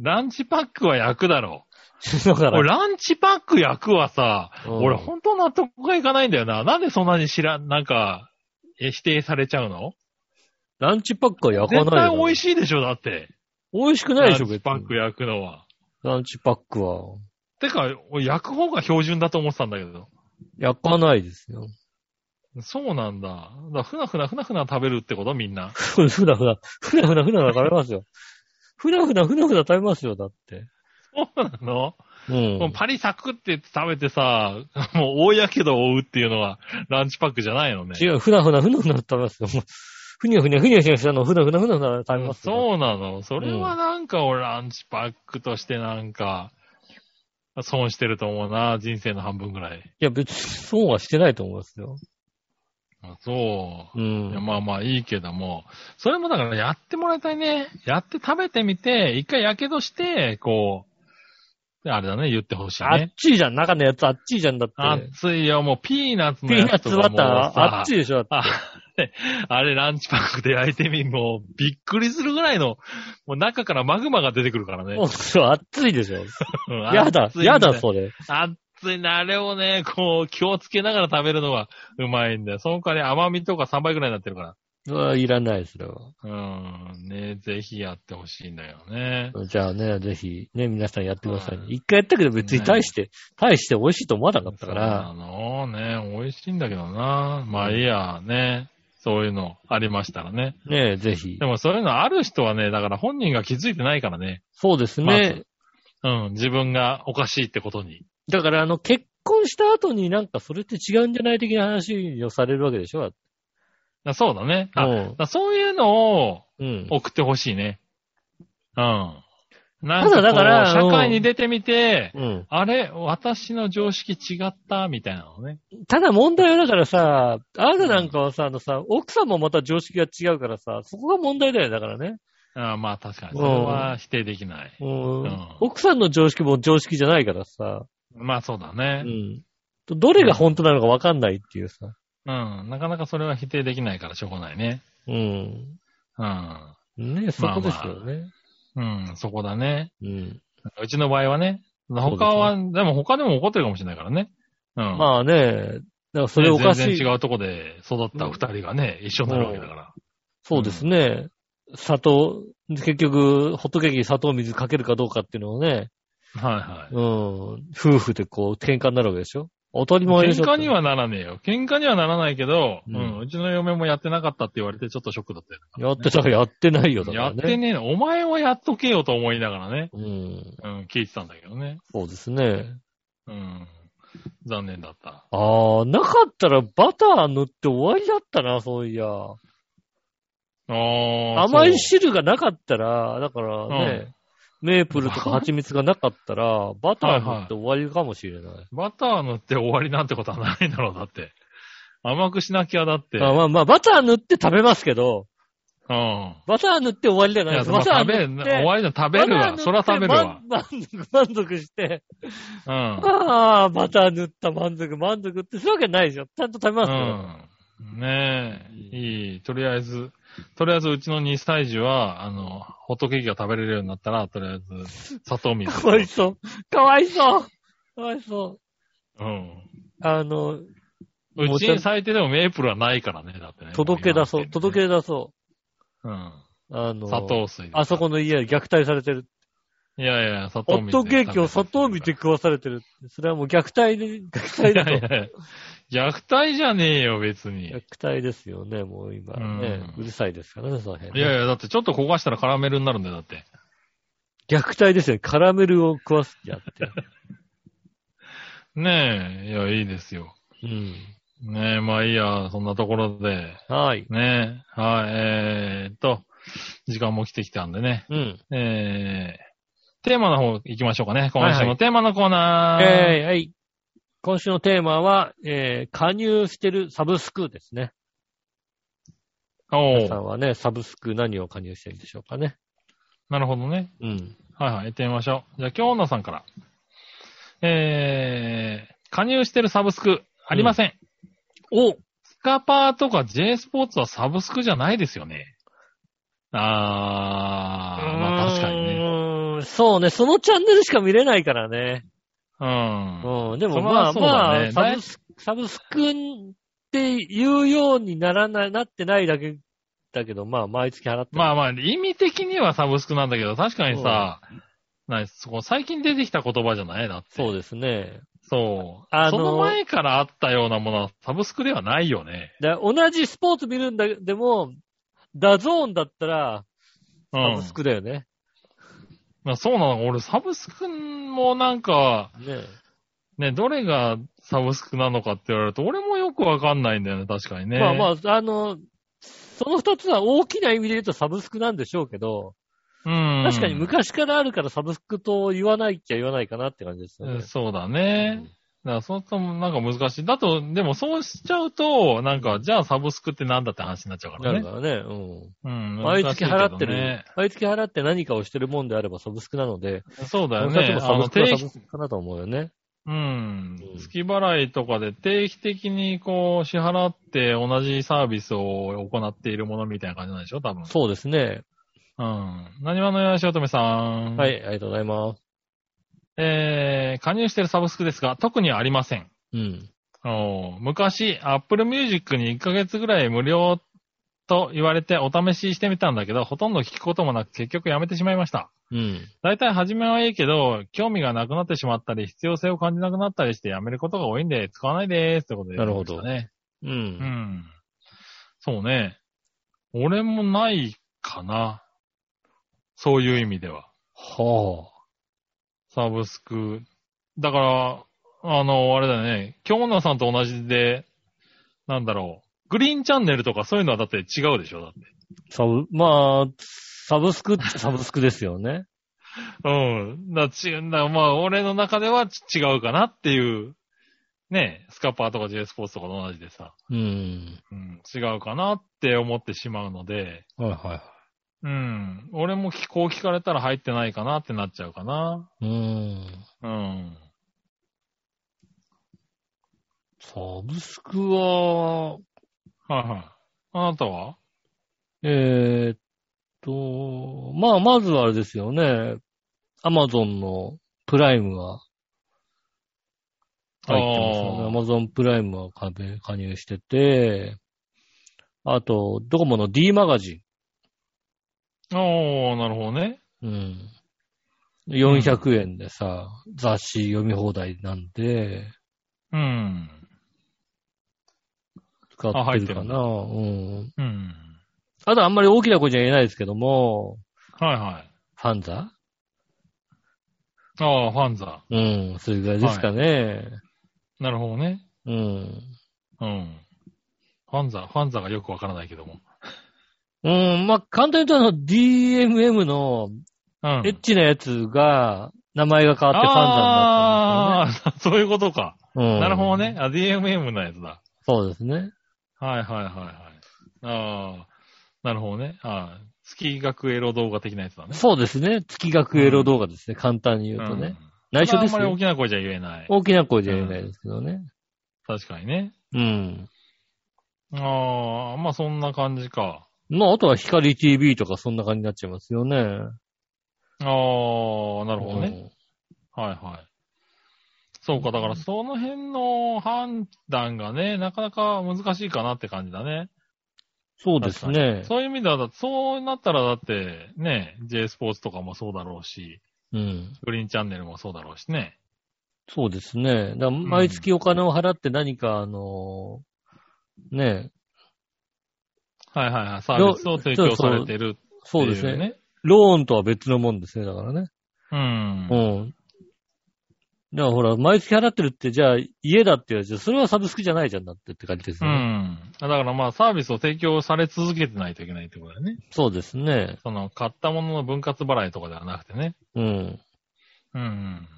ランチパックは焼くだろう。だから、俺、ランチパック焼くはさ、うん俺、本当納得がいかないんだよな。なんでそんなに知らん、なんか、え否定されちゃうのランチパックは焼か絶ない対よ。美味ししいでしょ、だって。美味しくないでしょ、ランチパック焼くのは。ランチパックは。てか、俺焼く方が標準だと思ってたんだけど。焼かないですよ。 そうなんだ。だからふなふなふなふな食べるってことみんな。 ふふなふな、ふなふなふなふな食べますよ。ふなふなふなふな食べますよ、だって。そうなの、う。もうんパリサクって食べてさ、もう大やけどを負うっていうのは、ランチパックじゃないのね。違う、ふなふなふなふな食べますよ。もうふにゃふにゃふにゃふにゃふにゃのふなふなふなふな食べますよ。そうなの。それはなんか俺、ランチパックとしてなんか、損してると思うな、人生の半分ぐらい。いや、別に損はしてないと思いますよ。あそうう。いやん。まあまあいいけども、それもだからやってもらいたいね。やって食べてみて、一回やけどして、こう、あれだね、言ってほしいあっね。ちいじゃん、中のやつあっちいじゃんだって。熱いよ、もうピーナッツのピーやナッつツとバかもターさあっちいでしょ、だってあれ、あれランチパックで焼いてみ、もうびっくりするぐらいの、もう中からマグマが出てくるからねも。うそう、熱いでしょ。うんやだ、熱いんやよだ、それ。熱いな、あれをね、こう、気をつけながら食べるのがうまいんだよ。その代わり甘みとか3倍ぐらいになってるから。うわいらない、それは。うーん、ね、ぜひやってほしいんだよね。じゃあね、ぜひ、ね、皆さんやってくださいねう。ん一回やったけど別に大して、大して美味しいと思わなかったそかうらな、のね、美味しいんだけどな。まあいいや、ね。そういうのありましたらね。ね、ぜひで。もそういうのある人はね、だから本人が気づいてないからね。そうですまねず。うん、自分がおかしいってことに。だから、あの、結婚した後になんかそれって違うんじゃない的な話をされるわけでしょあそうだね。あだかもらそういうのをう、うん。送ってほしいね。うん。なただだこうから社会に出てみて、うん。あれ、私の常識違ったみたいなのね。ただ問題はだからさ、あなたなんかはさ、あのさ、奥さんもまた常識が違うからさ、そこが問題だよ、だからね。ああまあ確かに。それは否定できない。うんうん奥さんの常識も常識じゃないからさ、まあそうだうね。ん。どれが本当なのかわかんないっていうさ。うん。なかなかそれは否定できないからしょうがないね。うん。うん。ねそこですよね。うん、そこだね。うん。うちの場合はね。他は、でも他でも怒ってるかもしれないからね。うん。あ、まあね、だからそれおかし全い。然違うとこで育った二人がね、一緒になるわけだから。そうですね。砂糖、結局、ホットケーキに砂糖水かけるかどうかっていうのをね、はいはい。うん、夫婦でこう、喧嘩になるわけでしょ当たり前でし喧ょ嘩に。はならねえよ。喧嘩にはならないけど、う、うんんうちの嫁もやってなかったって言われてちょっとショックだったよ。やってたらやってないよ、だかやらっね。てねえの。お前はやっとけよと思いながらね、うん。うん、聞いてたんだけどね。そうですね。うん。残念だった。ああ、なかったらバター塗って終わりだったな、そういや。あー甘いそ汁がなかったら、だからね、メープルとか蜂蜜がなかったら、バター塗って終わりかもしれない。うバター塗って終わりなんてことはないだろう、だって。甘くしなきゃだって。あまあまあ、バター塗って食べますけど、うん。バター塗って終わりじゃないいでや、す。まあバター食べ、塗終って。わりだ、食べるわ。そら食べるわ。バター塗って満満足、満足して。うん。ああ、バター塗った満足、満足ってするわけないでしょ。ちゃんと食べますよ。うん。ねえ、いい。とりあえず、とりあえずうちの2歳児は、あの、ホットケーキが食べれるようになったら、とりあえず、砂糖 水。かわいそう。かわいそう。かわいそう。うん。あの、うちに最低でもメープルはないからね、だってね。届け出そう。届け。け出そうん。う。あの、砂糖水。あそこの家で虐待されてる。いやいや、砂ホ糖水。ットケーキを砂糖水で。食わされてる。それはもう虐待で、虐いや待いやだいと。や。虐待じゃねえよ、別に。虐待ですよね、もう今ね。ううんるさいですからね、その辺、いね。やいや、だってちょっと焦がしたらカラメルになるんだよ、だって。虐待ですよね。カラメルを食わすやって。ねえ、いや、いいですよ。うん。ねえ、まあいいや、そんなところで。はい。ねえ、はい、えーっと、時間も来てきたんでね。うん。えー、テーマの方行きましょうかね。今週はいはのいテーマのコーナー。えー、はい。今週のテーマは、えー、加入してるサブスクですね。皆さおんうはね、サブスク何を加入してるんでしょうかね。なるほどね。うん。はいはい、行ってみましょう。じゃあ、京女さんから。えー、加入してるサブスク、ありません。おスカパーとか J スポーツはサブスクじゃないですよね。あー、まあ確かにね。ね。そうね、そのチャンネルしか見れないからね。うん。うん。でそもれまはあそまうだあ、ねサブスク、サブスクっていうようにならない、なってないだけだけど、まあ、毎月払ってるまあまあ、意味的にはサブスクなんだけど、確かにさ、なそこ最近出てきた言葉じゃないだって。そうですね。そう。あのーその前からあったようなものはサブスクではないよね。だ同じスポーツ見るんだ、でも、ダゾーンだったら、うサんブス。クだよね。まあ、そうなの。俺、サブスクもなんか、ねね、どれがサブスクなのかって言われると、俺もよくわかんないんだよね、確かにね。まあまあ、あの、その二つは大きな意味で言うとサブスクなんでしょうけど、あうん。確かに昔からあるからサブスクと言わないっちゃ言わないかなって感じですようんね。そうだね。だから、そうすると、なんか難しい。だと、でもそうしちゃうと、なんか、じゃあサブスクってなんだって話になっちゃうかならるね。からね。うん。うん。毎月払ってる、ね。毎月払って何かをしてるもんであればサブスクなので、そうだよ私ね。もサあブのスクはサ定期ブスクかなと思うよね。うんう。ん月払いとかで定期的にこう支払って同じサービスを行っているものみたいな感じなんでしょ多分。そうですね。うん。何話のよしおとめさん。は。い、ありがとうございます。えー、加入してるサブスクですが、特にはありません。うん。おー昔、Apple Music に1ヶ月ぐらい無料と言われてお試ししてみたんだけど、ほとんど聞くこともなく結局やめてしまいました。うん。大体初めはいいけど、興味がなくなってしまったり、必要性を感じなくなったりしてやめることが多いんで、使わないです。ということで、なるほどね。う。うんん。そうね。俺もないかな。そういう意味では。はサブスク。だから、あの、あれだね。京女さんと同じで、なんだろう。グリーンチャンネルとかそういうのはだって違うでしょだって。あ。サブ、まあ、サブスクっちゃサブスクですよね。うん。だ、ち、だまあ、俺の中ではち違うかなっていう。ねスカパーとか J スポーツとかと同じでさ。うん。うん。違うかなって思ってしまうので。はいはうん。俺も聞こう聞かれたら入ってないかなってなっちゃうかな。い。うん。うん。サブスクは、はいはい。あなたはえーっと、まあ、まずはあれですよね。アマゾンのプライムが入ってますよね。アあマゾンプライムは加盟加入してて、あと、ドコモの D マガジーおー、なるほどね。ン。うん。400円でさ、雑誌読み放題なんで、うん。使ってるかあ入ってるんな。うん。うん。あとあんまり大きな声じゃ言えないですけども、はいはい。ファンザああ、ファンザ。うん、それぐらいですかね。なるほどね。うん。うん。ファンザ、ファンザがよくわからないけども。うん、まあ、簡単に言うとあの、DMM のうん。エッチなやつが、名前が変わってファンザああー、そういうことか。になったんですよね。うんなるほど。ね。あ、DMM のやつだ。そうですね。はいはいはいはい。ああ、なるほどね。ああ、月額エロ動画的なやつだね。そうですね。月額エロ動画ですね。簡単に言うとね。うん。内緒ですあんまり大よ。きな声じゃ言えない。大きな声じゃ言えないですけどね。確かにね。うん。ああ、まあそんな感じか。まあ、あとは光 TV とかそんな感じになっちゃいますよね。なああ、なるほどね。。はいはい。そうか、だからその辺の判断がね、なかなか難しいかなって感じだね。そうですね。そういう意味ではだ、そうなったらだって、ね、J スポーツとかもそうだろうし、うん。グリーンチャンネルもそうだろうしね。そうですね。だから毎月お金を払って何か、あの、ねえ、はいはいはい。サービスを提供されてるっていう、ね。そうですね。。ローンとは別のもんですね、だからね。うん。うん。だからほら、毎月払ってるって、じゃあ家だって言われて、それはサブスクじゃないじゃんだってって感じですうね。ん。だからまあサービスを提供され続けてないといけないってことだよね。そうですね。その、買ったものの分割払いとかではなくてね。うん。うん。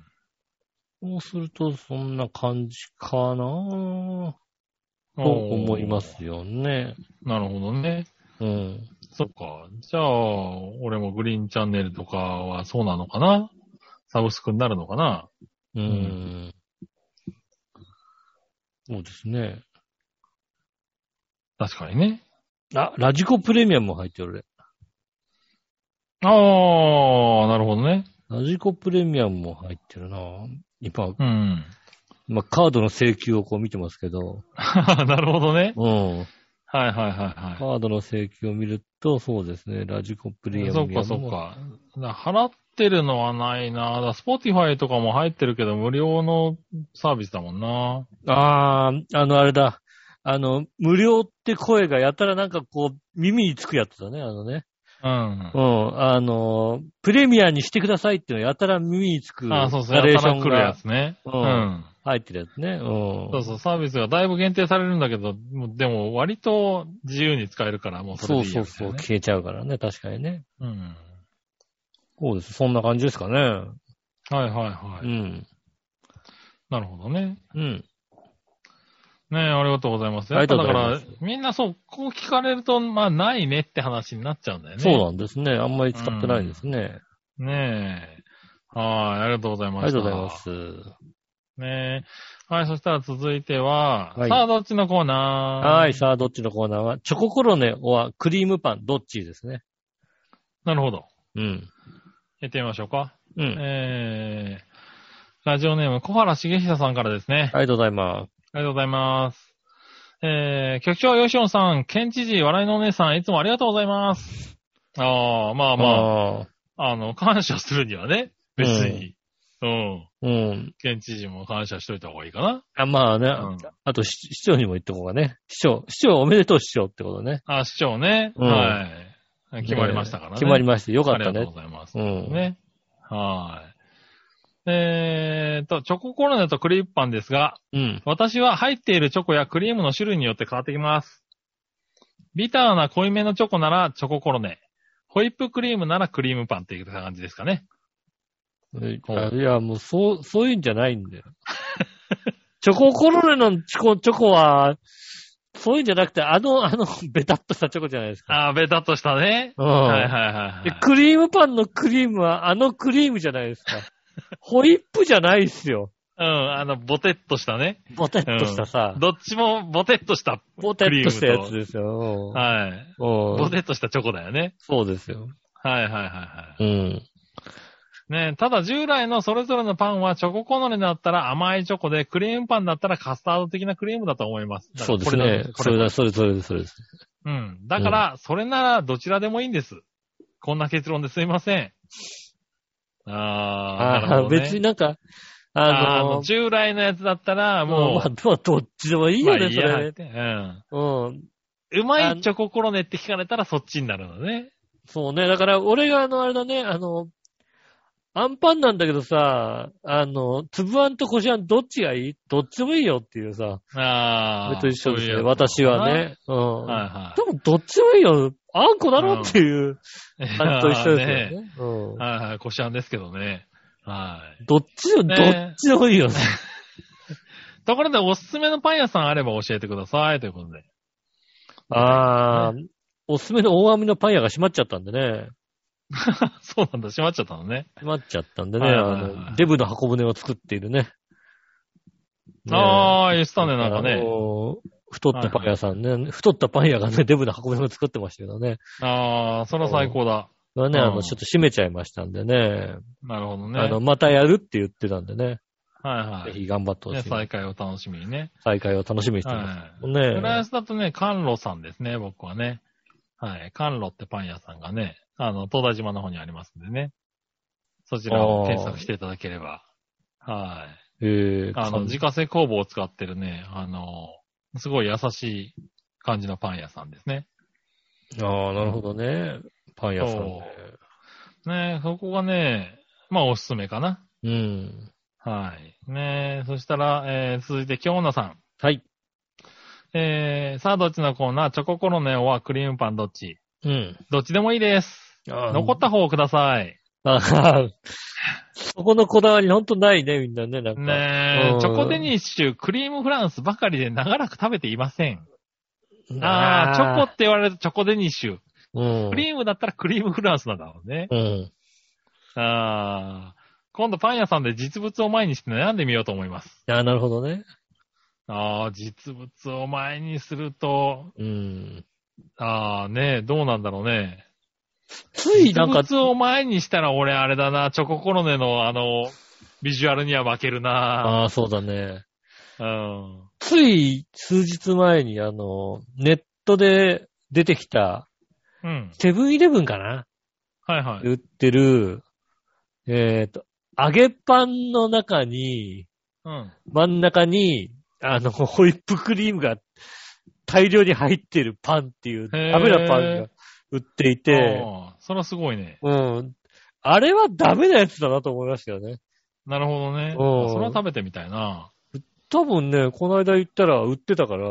そうすると、そんな感じかなとおー思いま。すよね。なるほどね。うん。そっか。じゃあ、俺もグリーンチャンネルとかはそうなのかなサブスクになるのかなうん。んそうですね。確かにね。あ、ラジコプレミアムも入ってる俺。ああ、なるほどね。ラジコプレミアムも入ってるな今、うん。 まあ、カードの請求をこう見てますけど、なるほどね。うん。はいはいはいカはードの請求を見ると、そうですね、ラジコプレミアムい。そっかそっか。だ払ってるのはないな。だスポティファイとかも入ってるけど、無料のサービスだもんな。ああ、あの、あれだ。あの、無料って声がやたらなんかこう、耳につくやつだね、あのね。うう。んん、あの、プレミアにしてくださいっていうのやたら耳につくああ、そうそう。ナレーやシたョらン来るやがつね。ううんん。入ってるやつね。うん。そうそう、サービスがだいぶ限定されるんだけど、もうでも割と自由に使えるから、もうそそれうでいいそうよそう、みたい消えちゃうからね、確かにね。なねそうです。そんな感じですかね。うん。はいはいはうい。ん。なるほどね。うん。ねえ、ありがとうございます。ありやっがぱとうだごかざいますら、みんなそう、こう聞かれると、まあ、ないねって話になっちゃうんだよね。そうなんですね。あんまり使ってないんですね。ねえ。はい、ありがとうございまあした。りがとうございます。ねえ。はい、そしたら続いては、はいさあ、どっちのコーナーはい、。さあ、どっちのコーナーは、チョココロネはクリームパン、どっちですね。なるほど。うん。やってみましょうか。うん。えー、ラジオネーム、小原茂久さんからですね。ありがとうございます。ありがとうございます。えー、局長、吉野さん、県知事、笑いのお姉さん、いつもありがとうございます。ああ、まあまあ、ああ。あの、感謝するにはね、別に。うん。うん。県知事も感謝しといた方がいいかな。あまあね、うんあと市、市長にも言ってこうかね。市長、市長おめでとう市長ってことね。あ、市長ね。うんはい。 決まりましたからね。決まりました。よかっありがたね。とうございます。うんね。はい。えーと、チョココロネとクリームパンですが、うん。私は入っているチョコやクリームの種類によって変わってきます。ビターな濃いめのチョコならチョココロネ。ホイップクリームならクリームパンっていう感じですかね。えほういや、もう、そう、そういうんじゃないんだよ。 チョココロネのチョコ、チョコは、そういうんじゃなくて、あの、あ の、ベタっとしたチョコじゃないですか。ああ、ベタっとしたね。うんはいはいはい、ではい。クリームパンのクリームは、あのクリームじゃないです か。ホイップじゃないっすよ。うん、あの、ボテっとしたね。ボテッとしたさ、どっちもボテっとした。ボテッとしたやつですよ。はい。うんボテっとしたチョコだよね。そうですよ。はいはいはいはうん。い。ねただ従来のそれぞれのパンはチョココロネだったら甘いチョコで、クリームパンだったらカスタード的なクリームだと思います。だかそらうですこれねだ。こそれれだ、それ、それです、それです。うん。だから、それならどちらでもいいんです。こんな結論ですいません。あー、なあるあ、ほど、ね。別になんか、ああのの、従来のやつだったら、もう、もまう、あ、まあどっちでもいいよね、まあそやれ。うん。うん。うまいチョココロネって聞かれたらそっちになるのね。そうね。だから、俺があの、あれだね、あの、アンパンなんだけどさ、あの、粒あんとこしあんどっちがいいどっちでもいいよっていうさ、あ俺あ。と一緒ですね。そういうやつ私は。ね。うん。はいはでも、どっちでもいいよ。あんこだろっていうい。感じと一緒です いやーねよね。うん。はいはい。こしあんですけどね。はい。どっちでも、ねどっちでもいいよね。ところで、おすすめのパン屋さんあれば教えてください。ということで。 ああ、おすすめの大網のパン屋が閉まっちゃったんでね。そうなんだ。閉まっちゃったのね。閉まっちゃったんでね、はいあはいはいの、デブの箱舟を作っているね。ねああ、言ってたね、なんかあね。の太ったパン屋さんね、太ったパン屋がね、デブの箱舟を作ってましたけどね。ああ、それは最高だ。それはね、うんあの、ちょっと閉めちゃいましたんでね。なるほどね。あの、またやるって言ってたんでね。はいはぜい。ひ頑張ってほね、しい。再開を楽しみにね。再開を楽しみにしてます。はねい。フランスだとね、カンロさんですね、僕はね。はい。カンロってパン屋さんがね、あの、東大島の方にありますんでね。そちらを検索していただければ。はええあの、自家製工房を使ってるね、あの、すごい優しい感じのパン屋さんですね。ああ、なるほどね。パン屋さんね。ねそこがね、まあおすすめかな。うん。はい。ねそしたら、えー、続いて、京女さん。はい。えー、さあどっちのコーナー、チョココロネオはクリームパンどっちうん。どっちでもいいです。あー残った方をください。あーそこのこだわりほんとないね、みんなね、なんか。ねうんえ、チョコデニッシュ、クリームフランスばかりで長らく食べていません。ああ、チョコって言われるとチョコデニッシュ。コ、うん。クリームだったらクリームフランスなんだろうね。うん。ああ、今度パン屋さんで実物を前にして悩んでみようと思います。ああ、なるほどね。ああ、実物を前にすると、うん。ああ、ねえ、どうなんだろうね。ついなんか、実物を前にしたら俺あれだな、チョココロネのあの、ビジュアルには負けるな。ああ、そうだね。うん。つい数日前に、あの、ネットで出てきた、うん。セブンイレブンかなはいはい。売ってる、えっ、と、揚げパンの中に、うん。真ん中に、あの、ホイップクリームが大量に入ってるパンっていう、食へーべなパンが売っていて、ああそれはすごいね。うん。あれはダメなやつだなと思いましたよね。なるほどね。うんあそれは食べてみたいな。多分ね、この間行ったら売ってたから、へ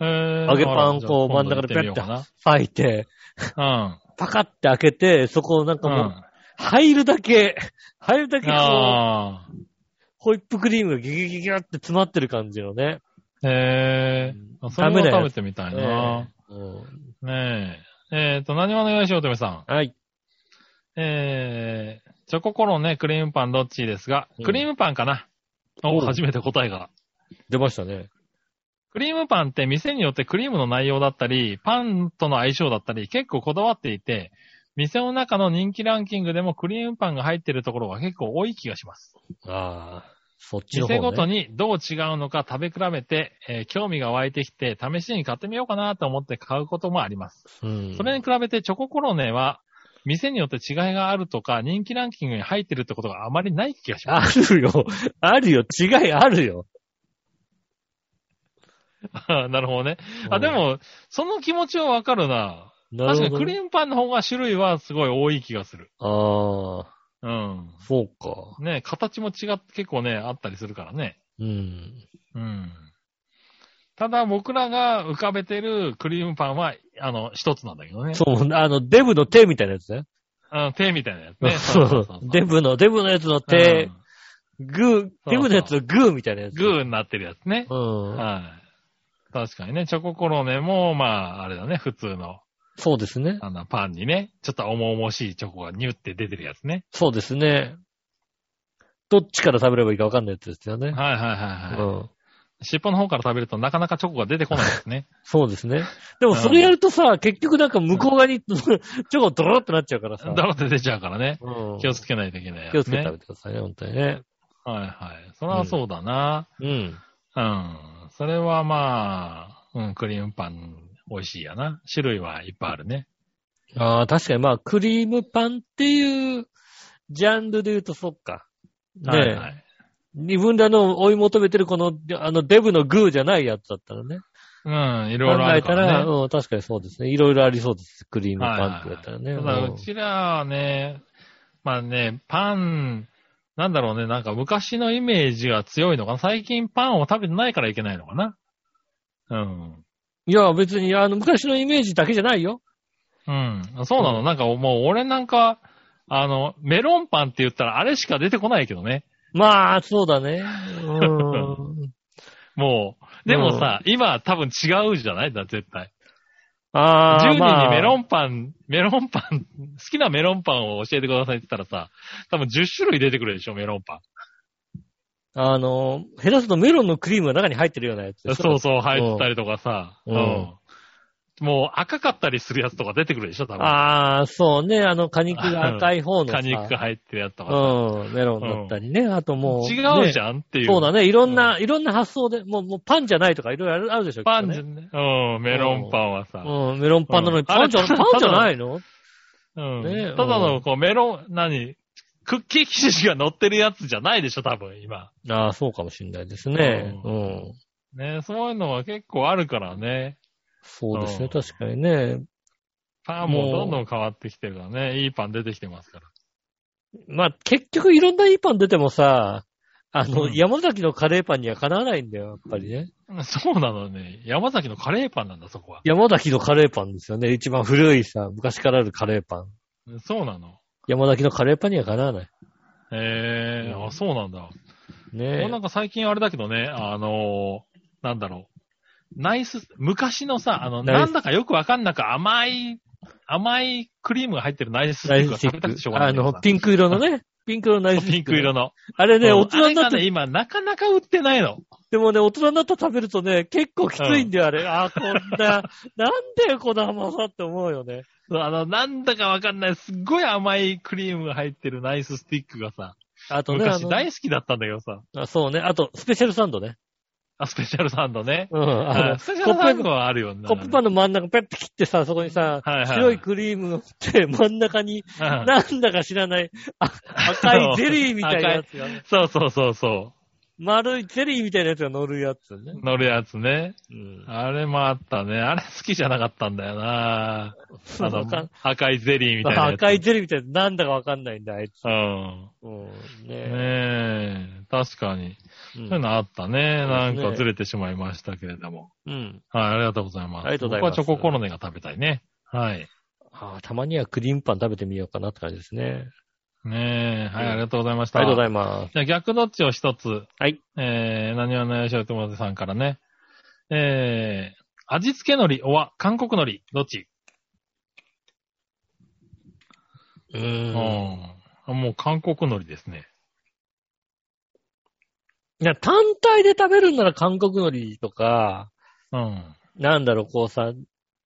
え揚げパンじゃあこう真今度ん中で行ってみよう吐いて、かな。パカって開けて、そこをなんうかん。もうう、入るだけ、 入るだけん。こう、ああ。ホイップクリームがギュギュギュギュって詰まってる感じのね。へえうんー。それダメもだよ食べてみたいな。うんねえ。えっ、と、何話のよしおとめさん。はい。えー、チョココロネ、クリームパンどっちですがうん、クリームパンかな。お、うん初めて答えが。出ましたね。クリームパンって店によってクリームの内容だったり、パンとの相性だったり、結構こだわっていて、店の中の人気ランキングでもクリームパンが入ってるところが結構多い気がします。ああ、そっちの方、ね。店ごとにどう違うのか食べ比べて、えー興味が湧いてきて、試しに買ってみようかなと思って買うこともあります。うん、それに比べてチョココロネは、店によって違いがあるとか、人気ランキングに入ってるってことがあまりない気がします。あるよ。あるよ。違いあるよ。 なるほどね。あ、でも、その気持ちはわかるな。なる確かほどね、にクリームパンの方が種類はすごい多い気がする。ああ、うん。そうか。ね形も違って結構ね、あったりするからね。うん。うん。ただ僕らが浮かべてるクリームパンは、あの、一つなんだけどね。そう、あの、デブの手みたいなやつね。あの手みたいなやつね。 そうそうそうデブの、デブのやつの手、うんグー、デブのやつのグーみたいなやつ。グーになってるやつね。うん。はい。確かにね、チョココロネも、まあ、あれだね、普通の、そうですね。あの、パンにね、ちょっと重々しいチョコがニュって出てるやつね。そうですね。どっちから食べればいいか分かんないやつですよね。はいはいうはいはい。ん。尻尾の方から食べるとなかなかチョコが出てこないですね。そうですね。でもそれやるとさ、結局なんか向こう 側に、チョコドロッとなっ ちゃうからさ。だろって出ちゃうからね。うん気をつけないといけないやつ気ね。をつけて食べてくださいね、本当にね。はいはい。それはそうだな。うん。うん。それはまあ、うん、クリームパン美味しいやな。種類はいっぱいあるね。ああ、確かにまあ、クリームパンっていうジャンルで言うとそっか。ねえ、はいはい。自分らの追い求めてるこの、あの、デブのグーじゃないやつだったらね。うん、い考ろいろあえるかたらら、ね。うん、確かにそうですね。いろいろありそうです。クリームはいパンって言ったらね。ただ、うんうちらはね、まあね、パン、なんだろうね、なんか昔のイメージが強いのかな。最近パンを食べてないからいけないのかな。うん。いや、別に、あの、昔のイメージだけじゃないよ。うん。そうなの、なんかもう俺なんか、あの、メロンパンって言ったらあれしか出てこないけどね。まあ、そうだね。 うん。もう。でもさ、今多分違うじゃないだ、絶対。ああ、 10人にメロン、ンパン、メロンパン、好きなメロンパンを教えてくださいって言ったらさ、多分10種類出てくるでしょ、メロンパン。あの、下手するとメロンのクリームが中に入ってるようなやつでしょそうそう、入ってたりとかさ、ううんん。もう赤かったりするやつとか出てくるでしょ、多分。ああ、そうね。あの、果肉が赤い方のさ。果肉が入ってるやつとかさ。うん、メロンだったりね。あともう。違うじねゃんっていう。そうだね。いろんな、いろんな発想で、もう、もうパンじゃないとかいろいろあるあるでしょ。パンきじっゃね。うん、メロンパンはさと。ねうん、メロンパンなのに、うんパンじゃ、あれパンじゃないのうん。ねただの、こう、メロン、何クッキー生地が乗ってるやつじゃないでしょ、多分、今。ああ、そうかもしれないですね。ううんん。ね、そういうのは結構あるからね。そうですうんね、確かにね。パンもどんどん変わってきてるからね。いいパン出てきてますから。まあ、結局いろんないいパン出てもさ、あの、うん山崎のカレーパンにはかなわないんだよ、やっぱりね。そうなのね。山崎のカレーパンなんだ、そこは。山崎のカレーパンですよね。一番古いさ、昔からあるカレーパン。そうなの。山崎のカレーパンにはかなわない。ええうんあ、そうなんだ。もねうなんか最近あれだけどね、あのーなんだろう。ナイス、昔のさ、あの、ナイスなんだかよくわかんなく甘い、甘いクリームが入ってるナイスステナィッイクスがステ食ィべたくてしょッうク。がないあんだけのどさ。、ピンク色のね。ピンク色のナイスピンク色の。の。あれね、うん大人になっあれがて、ね、今なかなか売ってないの。でもね、大人になって食べるとね、結構きついんだよ、あれ。あー、こんな、 なんだよ、この甘さって思うよね。そうあの、なんだかわかんない、すっごい甘いクリームが入ってるナイススティックがさ、あとね、あ昔の大好きだったんだけどさ、あそうね。あと、スペシャルサンドね。あ、スペシャルサンドね。うん。ああの、スペシャルサンドコッはあるよね。プコップパンの真ん中ペッて切ってさ、そこにさ、はいはい白いクリームを振って、真ん中に、うんなんだか知らない、あ赤いゼリーみたいなやつが、そうそうそうそ丸いゼリーみたいなやつが乗るやつねう。。乗るやつね。うん。あれもあったね。あれ好きじゃなかったんだよ な。あわのかん、赤いゼリーみたいなやつ。赤いゼリーみたいな、なんだかわかんないんだ、あいつ。うん。うん。ねねえ、確かに。うそういうのあったね。なそうんですねかずれてしまいましたけれども。ん。はい、ありがとうございます。ありがとうございます僕はチョココロネが食べたいね。はい。ああ、たまにはクリームパン食べてみようかなって感じですね。ねえ、はい、ありがとうございました。ありがとうございいます。じゃあ逆どっちを一つ。はい。えー、何はないしおともさんからね。えー、味付け海苔、おわ、韓国海苔、どっちう。うんん。あもう韓国海苔ですね。いや、単体で食べるんなら韓国海苔とか、うん。なんだろう、こうさ、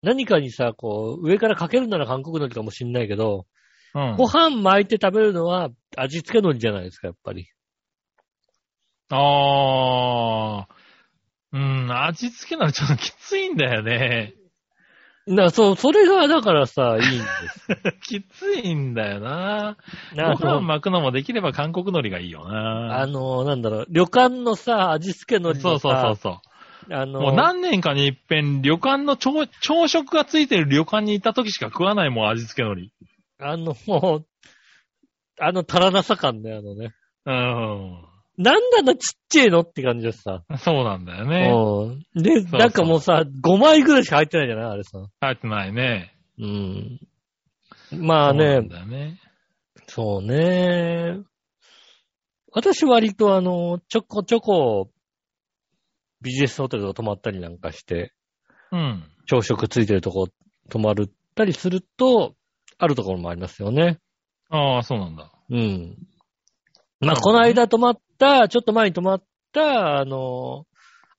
何かにさ、こう、上からかけるなら韓国海苔かもしんないけど、うんご。飯巻いて食べるのは味付け海苔じゃないですか、やっぱり。あー。うん、味付け海苔ちょっときついんだよね。 な、そう、それが、だからさ、いいん です。きついんだよな。ごな飯そう巻くのもできれば韓国海苔がいいよな。あの、なんだろう、旅館のさ、味付け海苔そうのそうそさ、うそう。あの、もう何年かに一遍、旅館の朝朝食がついてる旅館に行った時しか食わないもん、味付け海苔。あの、もう、あの、足らなさ感ね、あのね。うなんだな、ちっちゃいのって感じでさ。ん。そうなんだよね。うんで、そうなんかもうさ、5枚ぐらいしか入ってないじゃないあれさ。入ってないね。うん。まあそうなんね、だよね。そうね。私割とあの、ちょこちょこ、ビジネスホテルと泊まったりなんかして、うん。朝食ついてるとこ泊まるったりすると、あるところもありますよね。ああ、そうなんだ。うん。まあ、この間泊まった、ちょっと前に泊まった、あの、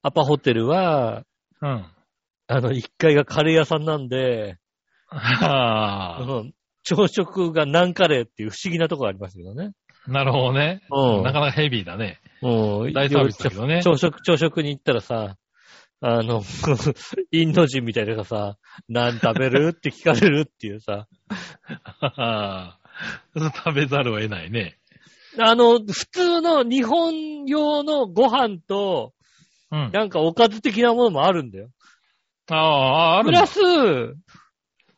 アパホテルは、うん。あの、1階がカレー屋さんなんで、あうん朝食がナンカレーっていう不思議なところありますけどね。 あ、なるほどね。うんなかなかヘビーだね。うん。大サービスだけどね。朝食、朝食に行ったらさ、あの、 インド人みたいなのがさ、何食べるって聞かれるっていうさ、ああ 食べざるを得ないね。あの、普通の日本用のご飯と、うん。なんかおかず的なものもあるんだよ。ああ、あるプんだラス、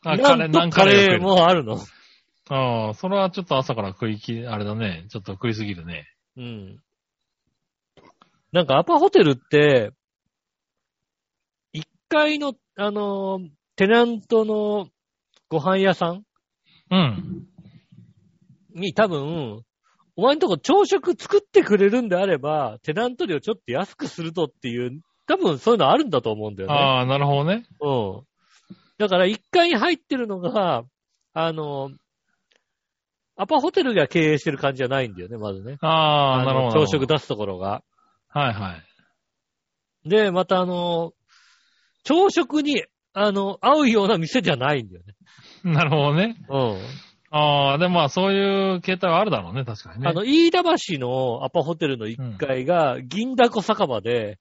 あ、カレなー、んなとんカカレレーーも。もあるの。ああ、それはちょっと朝から食いき、あれだね。ちょっと食いすぎるね。うん。なんかアパホテルって、1階の、あの、テナントのご飯屋さんうん。に多分、お前んとこ朝食作ってくれるんであれば、テナント料ちょっと安くするとっていう、多分そういうのあるんだと思うんだよね。ああ、なるほどね。うん。だから1階に入ってるのが、あの、アパホテルが経営してる感じじゃないんだよね、まずね。ああ、なるほのど。朝食出すところが。はいはい。で、またあの、朝食に、あの、合うような店じゃないんだよね。なるほどね。うああ、でもまあそういう形態はあるだろうね、確かにん。ね。あの、飯田橋のアパホテルの1階が、銀だこ酒場で、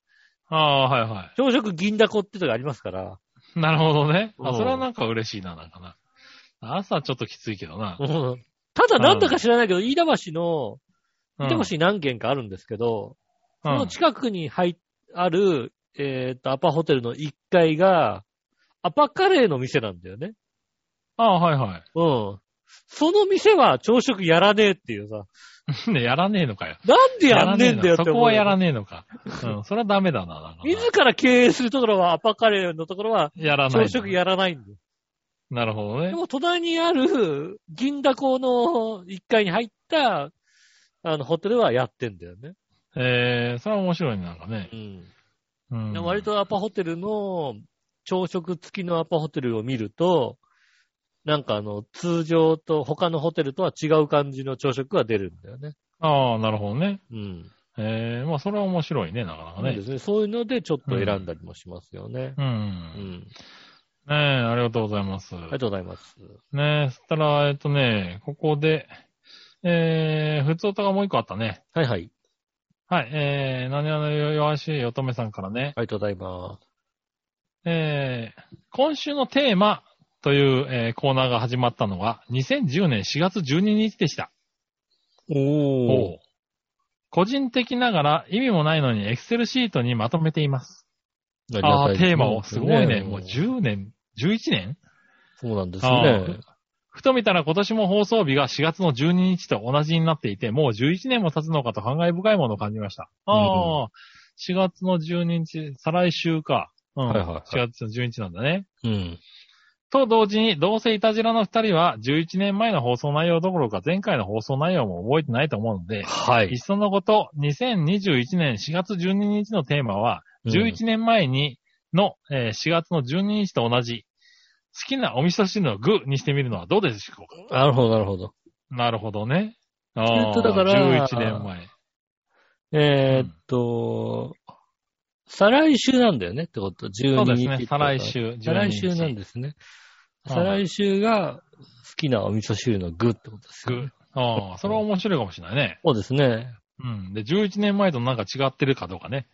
ああ、はいは朝食銀だこってとこありますから、い。なるほどね。うあ、んそれはなんか嬉しいな、なんかな。朝ちょっときついけどな。うん。ただなんだか知らないけど、飯田橋の、うん飯田橋に何軒かあるんですけど、その近くに入っ、ある、えっと、アパホテルの1階が、アパカレーの店なんだよね。ああ、はいはうん。その店は朝食やらねえっていうさ、い。 ね、やらねえのかよ。なんでやんねえんだよっそて思う。こはやらねえのか。 うん、それはダメだな。なんかな自ら経営するところは、アパカレーのところは、やらない。朝食やらないんだよ。なるほどねで。も、隣にある、銀だこの1階に入った、あの、ホテルはやってんだよね。えー、それは面白いね、なんかねう。ん。うん。でも割。とアパホテルの、朝食付きのアパホテルを見ると、なんかあの、通常と他のホテルとは違う感じの朝食が出るんだよね。ああ、なるほどね。うん。えー、まあそれは面白いね、なかなかそうねで。すね。そういうのでちょっと選んだりもしますよね。うう。んん。ねえ、ありがとうございます。ありがとうございます。ねえ、そしたら、えっとね、ここで、えー、普通音がもう一個あったね。はいはい。はい、えー、何々のよ弱しい乙女さんからね、ありがとうございます。えー、今週のテーマという、えーコーナーが始まったのが、2010年4月12日でした。おおう個人的ながら意味もないのにエクセルシートにまとめています。ありがあたあいでー、すテーマを。すごいね。もう十10年、11年そうなんですあねー。ふと見たら今年も放送日が4月の12日と同じになっていて、もう11年も経つのかと感慨深いものを感じました。ああ、4月の12日、再来週か。うん、はいはいはい4月の12日なんだね。うん。と同時に、どうせいたじらの二人は11年前の放送内容どころか前回の放送内容も覚えてないと思うので、はいっい。そのこと、2021年4月12日のテーマは、11年前にの、えー4月の12日と同じ、好きなお味噌汁の具にしてみるのはどうでしょうかなるほど、なるほど。なるほどね。ーあずっとだから11年前。えーっと、再来週なんだよねってこと、12日そうですねって。こ再とは来。週、12日。再来週なんですね。はい再来週が好きなお味噌汁の具ってことですよね、具。ああ、それは面白いかもしれないね。そうですね。うん。で、11年前となんか違ってるかどうかね。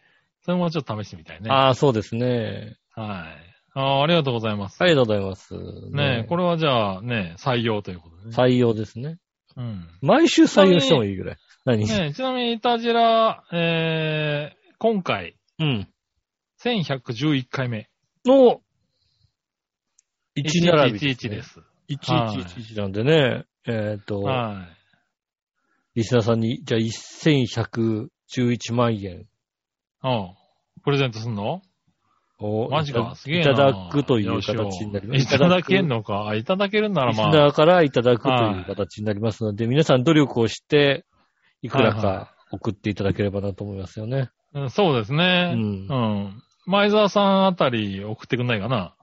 それもちょっと試してみたいね。はい。ああ、そうですね。ああ、ありがとうございます。ありがとうございます。ねえ、これはじゃあね、採用ということでね。採用ですね。うん。毎週採用してもいいぐらい。何、ねえ、ちなみに、イタジラ、えー、今回、うん。 1111回目。の、1並び、 1111で。す。 1111なんでね。えーっ、と、はリスナーさんに、じゃあ1111万円い。うん。プレゼントすんのをマジいかた、すげえいな。ただくという形になります。いただけんののか。あいただけるならリスまあ。ナーからいただくという形になりますので、皆さん努力をして、いくらはいか送っていただければなと思いますよね。うんそうですね。うんうん。前澤さんあたり送ってくんないかな。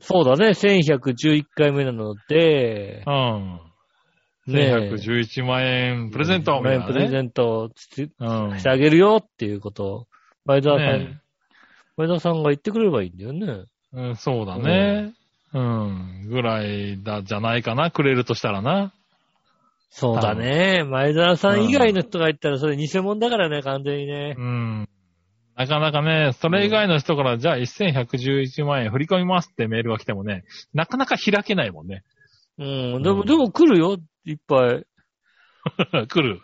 そうだね、1111回目なので、うん。ねえ1111万円プレゼントみたいな、ね。プレゼントしうん。てあげるよっていうことを、前澤さん、ね前澤さんが言ってくれればいいんだよね。うん、そうだね。うん。ぐらいだ、じゃないかな。くれるとしたらな。そうだね。前澤さん以外の人が言ったらそれ偽物だからね、完全にね。うん。なかなかね、それ以外の人から、じゃあ1111万円振り込みますってメールが来てもね、なかなか開けないもんね。 うん。でも、うんでも来るよ。いっぱい。来る。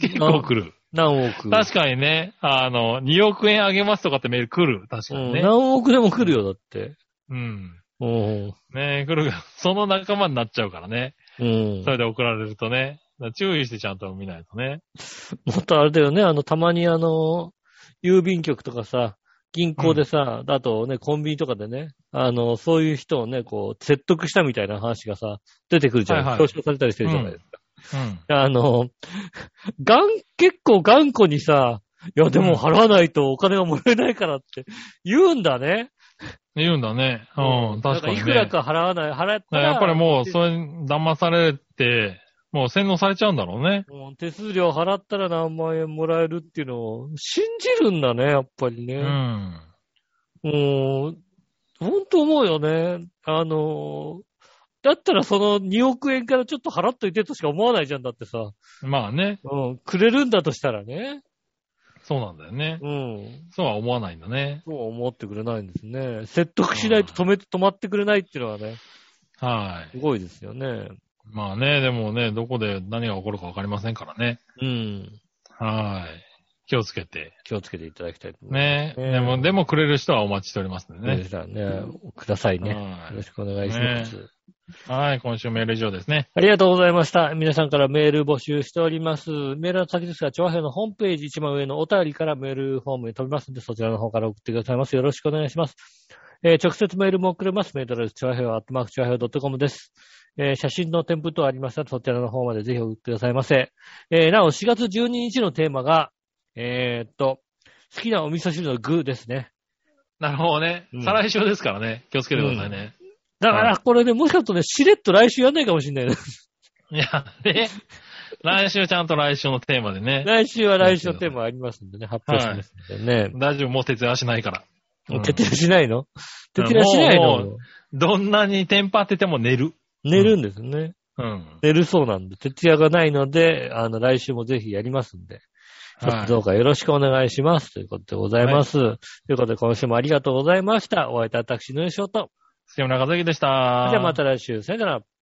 結構来る。何億。確かにね、あの、2億円あげますとかってメール来る。確かうんにね。何億でも来るよ、だって。うん。うん。ねえ、来るが、 その仲間になっちゃうからね。うんそ。れで送られるとね。だから注意してちゃんと見ないとね。もっとあれだよね、あの、たまにあの、郵便局とかさ、銀行でさ、あとね、コンビニとかでね、あの、そういう人をね、こう、説得したみたいな話がさ、出てくるじゃない、はいはい表彰されたりしてるじゃないですか。うん。あの、 がん、結構頑固にさ、いや、でも払わないとお金がもらえないからって 言うんだね。言うんだね。うん、確かにね。だらいくらか払わない、払ったら。やっぱりもう、それ、騙されて、もう洗脳されちゃうんだろうね。もう手数料払ったら何万円もらえるっていうのを信じるんだね、やっぱりうね。ん。もう、ほんと思うよね。あの、だったらその2億円からちょっと払っといてとしか思わないじゃんだってさ。まあね、うん、くれるんだとしたらね。そうなんだよね。うん。そうは思わないんだね。そうは思ってくれないんですね。説得しないと止めて、止まってくれないっていうのはね、はいす。ごいですよね。まあね、でもね、どこで何が起こるかわかりませんからね。うん。はい。気をつけて。気をつけていただきたいと思います。ね。ねでも、でもくれる人はお待ちしておりますんでね。ねね。さんね、くださいね。よはいろしくお願いします。はい。今週メール以上ですね。ありがとうございました。皆さんからメール募集しております。メールの先ですが、調和平のホームページ一番上のお便りからメールフォームに飛びますので、そちらの方から送ってくださいます。よろしくお願いします。えー直接メールも送れます。メールアドレス、調和平アットマーク調和平 .com です。えー写真の添付等ありましたら、そちらの方までぜひ送ってくださいませ。えーなお、4月12日のテーマが、えーっと、好きなお味噌汁の具ですね。なるほどねうん。再来週ですからね。気をつけてくださいね。だから、これね、もしかするとね、しれっと来週やんないかもしれないね。いや、ね。来週ちゃんと来週のテーマでね。来週は来週のテーマありますんでね、発表しますんでね。大丈夫、もう徹夜しないから。うん徹夜しないの徹うん夜しないもうものどんなにテンパってても寝る。寝るんですね。うん。寝るそうなんで、徹夜がないので、あの、来週もぜひやりますんで、ちょっはといどうかよろしくお願いします。ということでございます。ということで、今週もありがとうございました。お会いいたい私、のよしおと。杉村和之でした。じゃあまた来週、さよなら。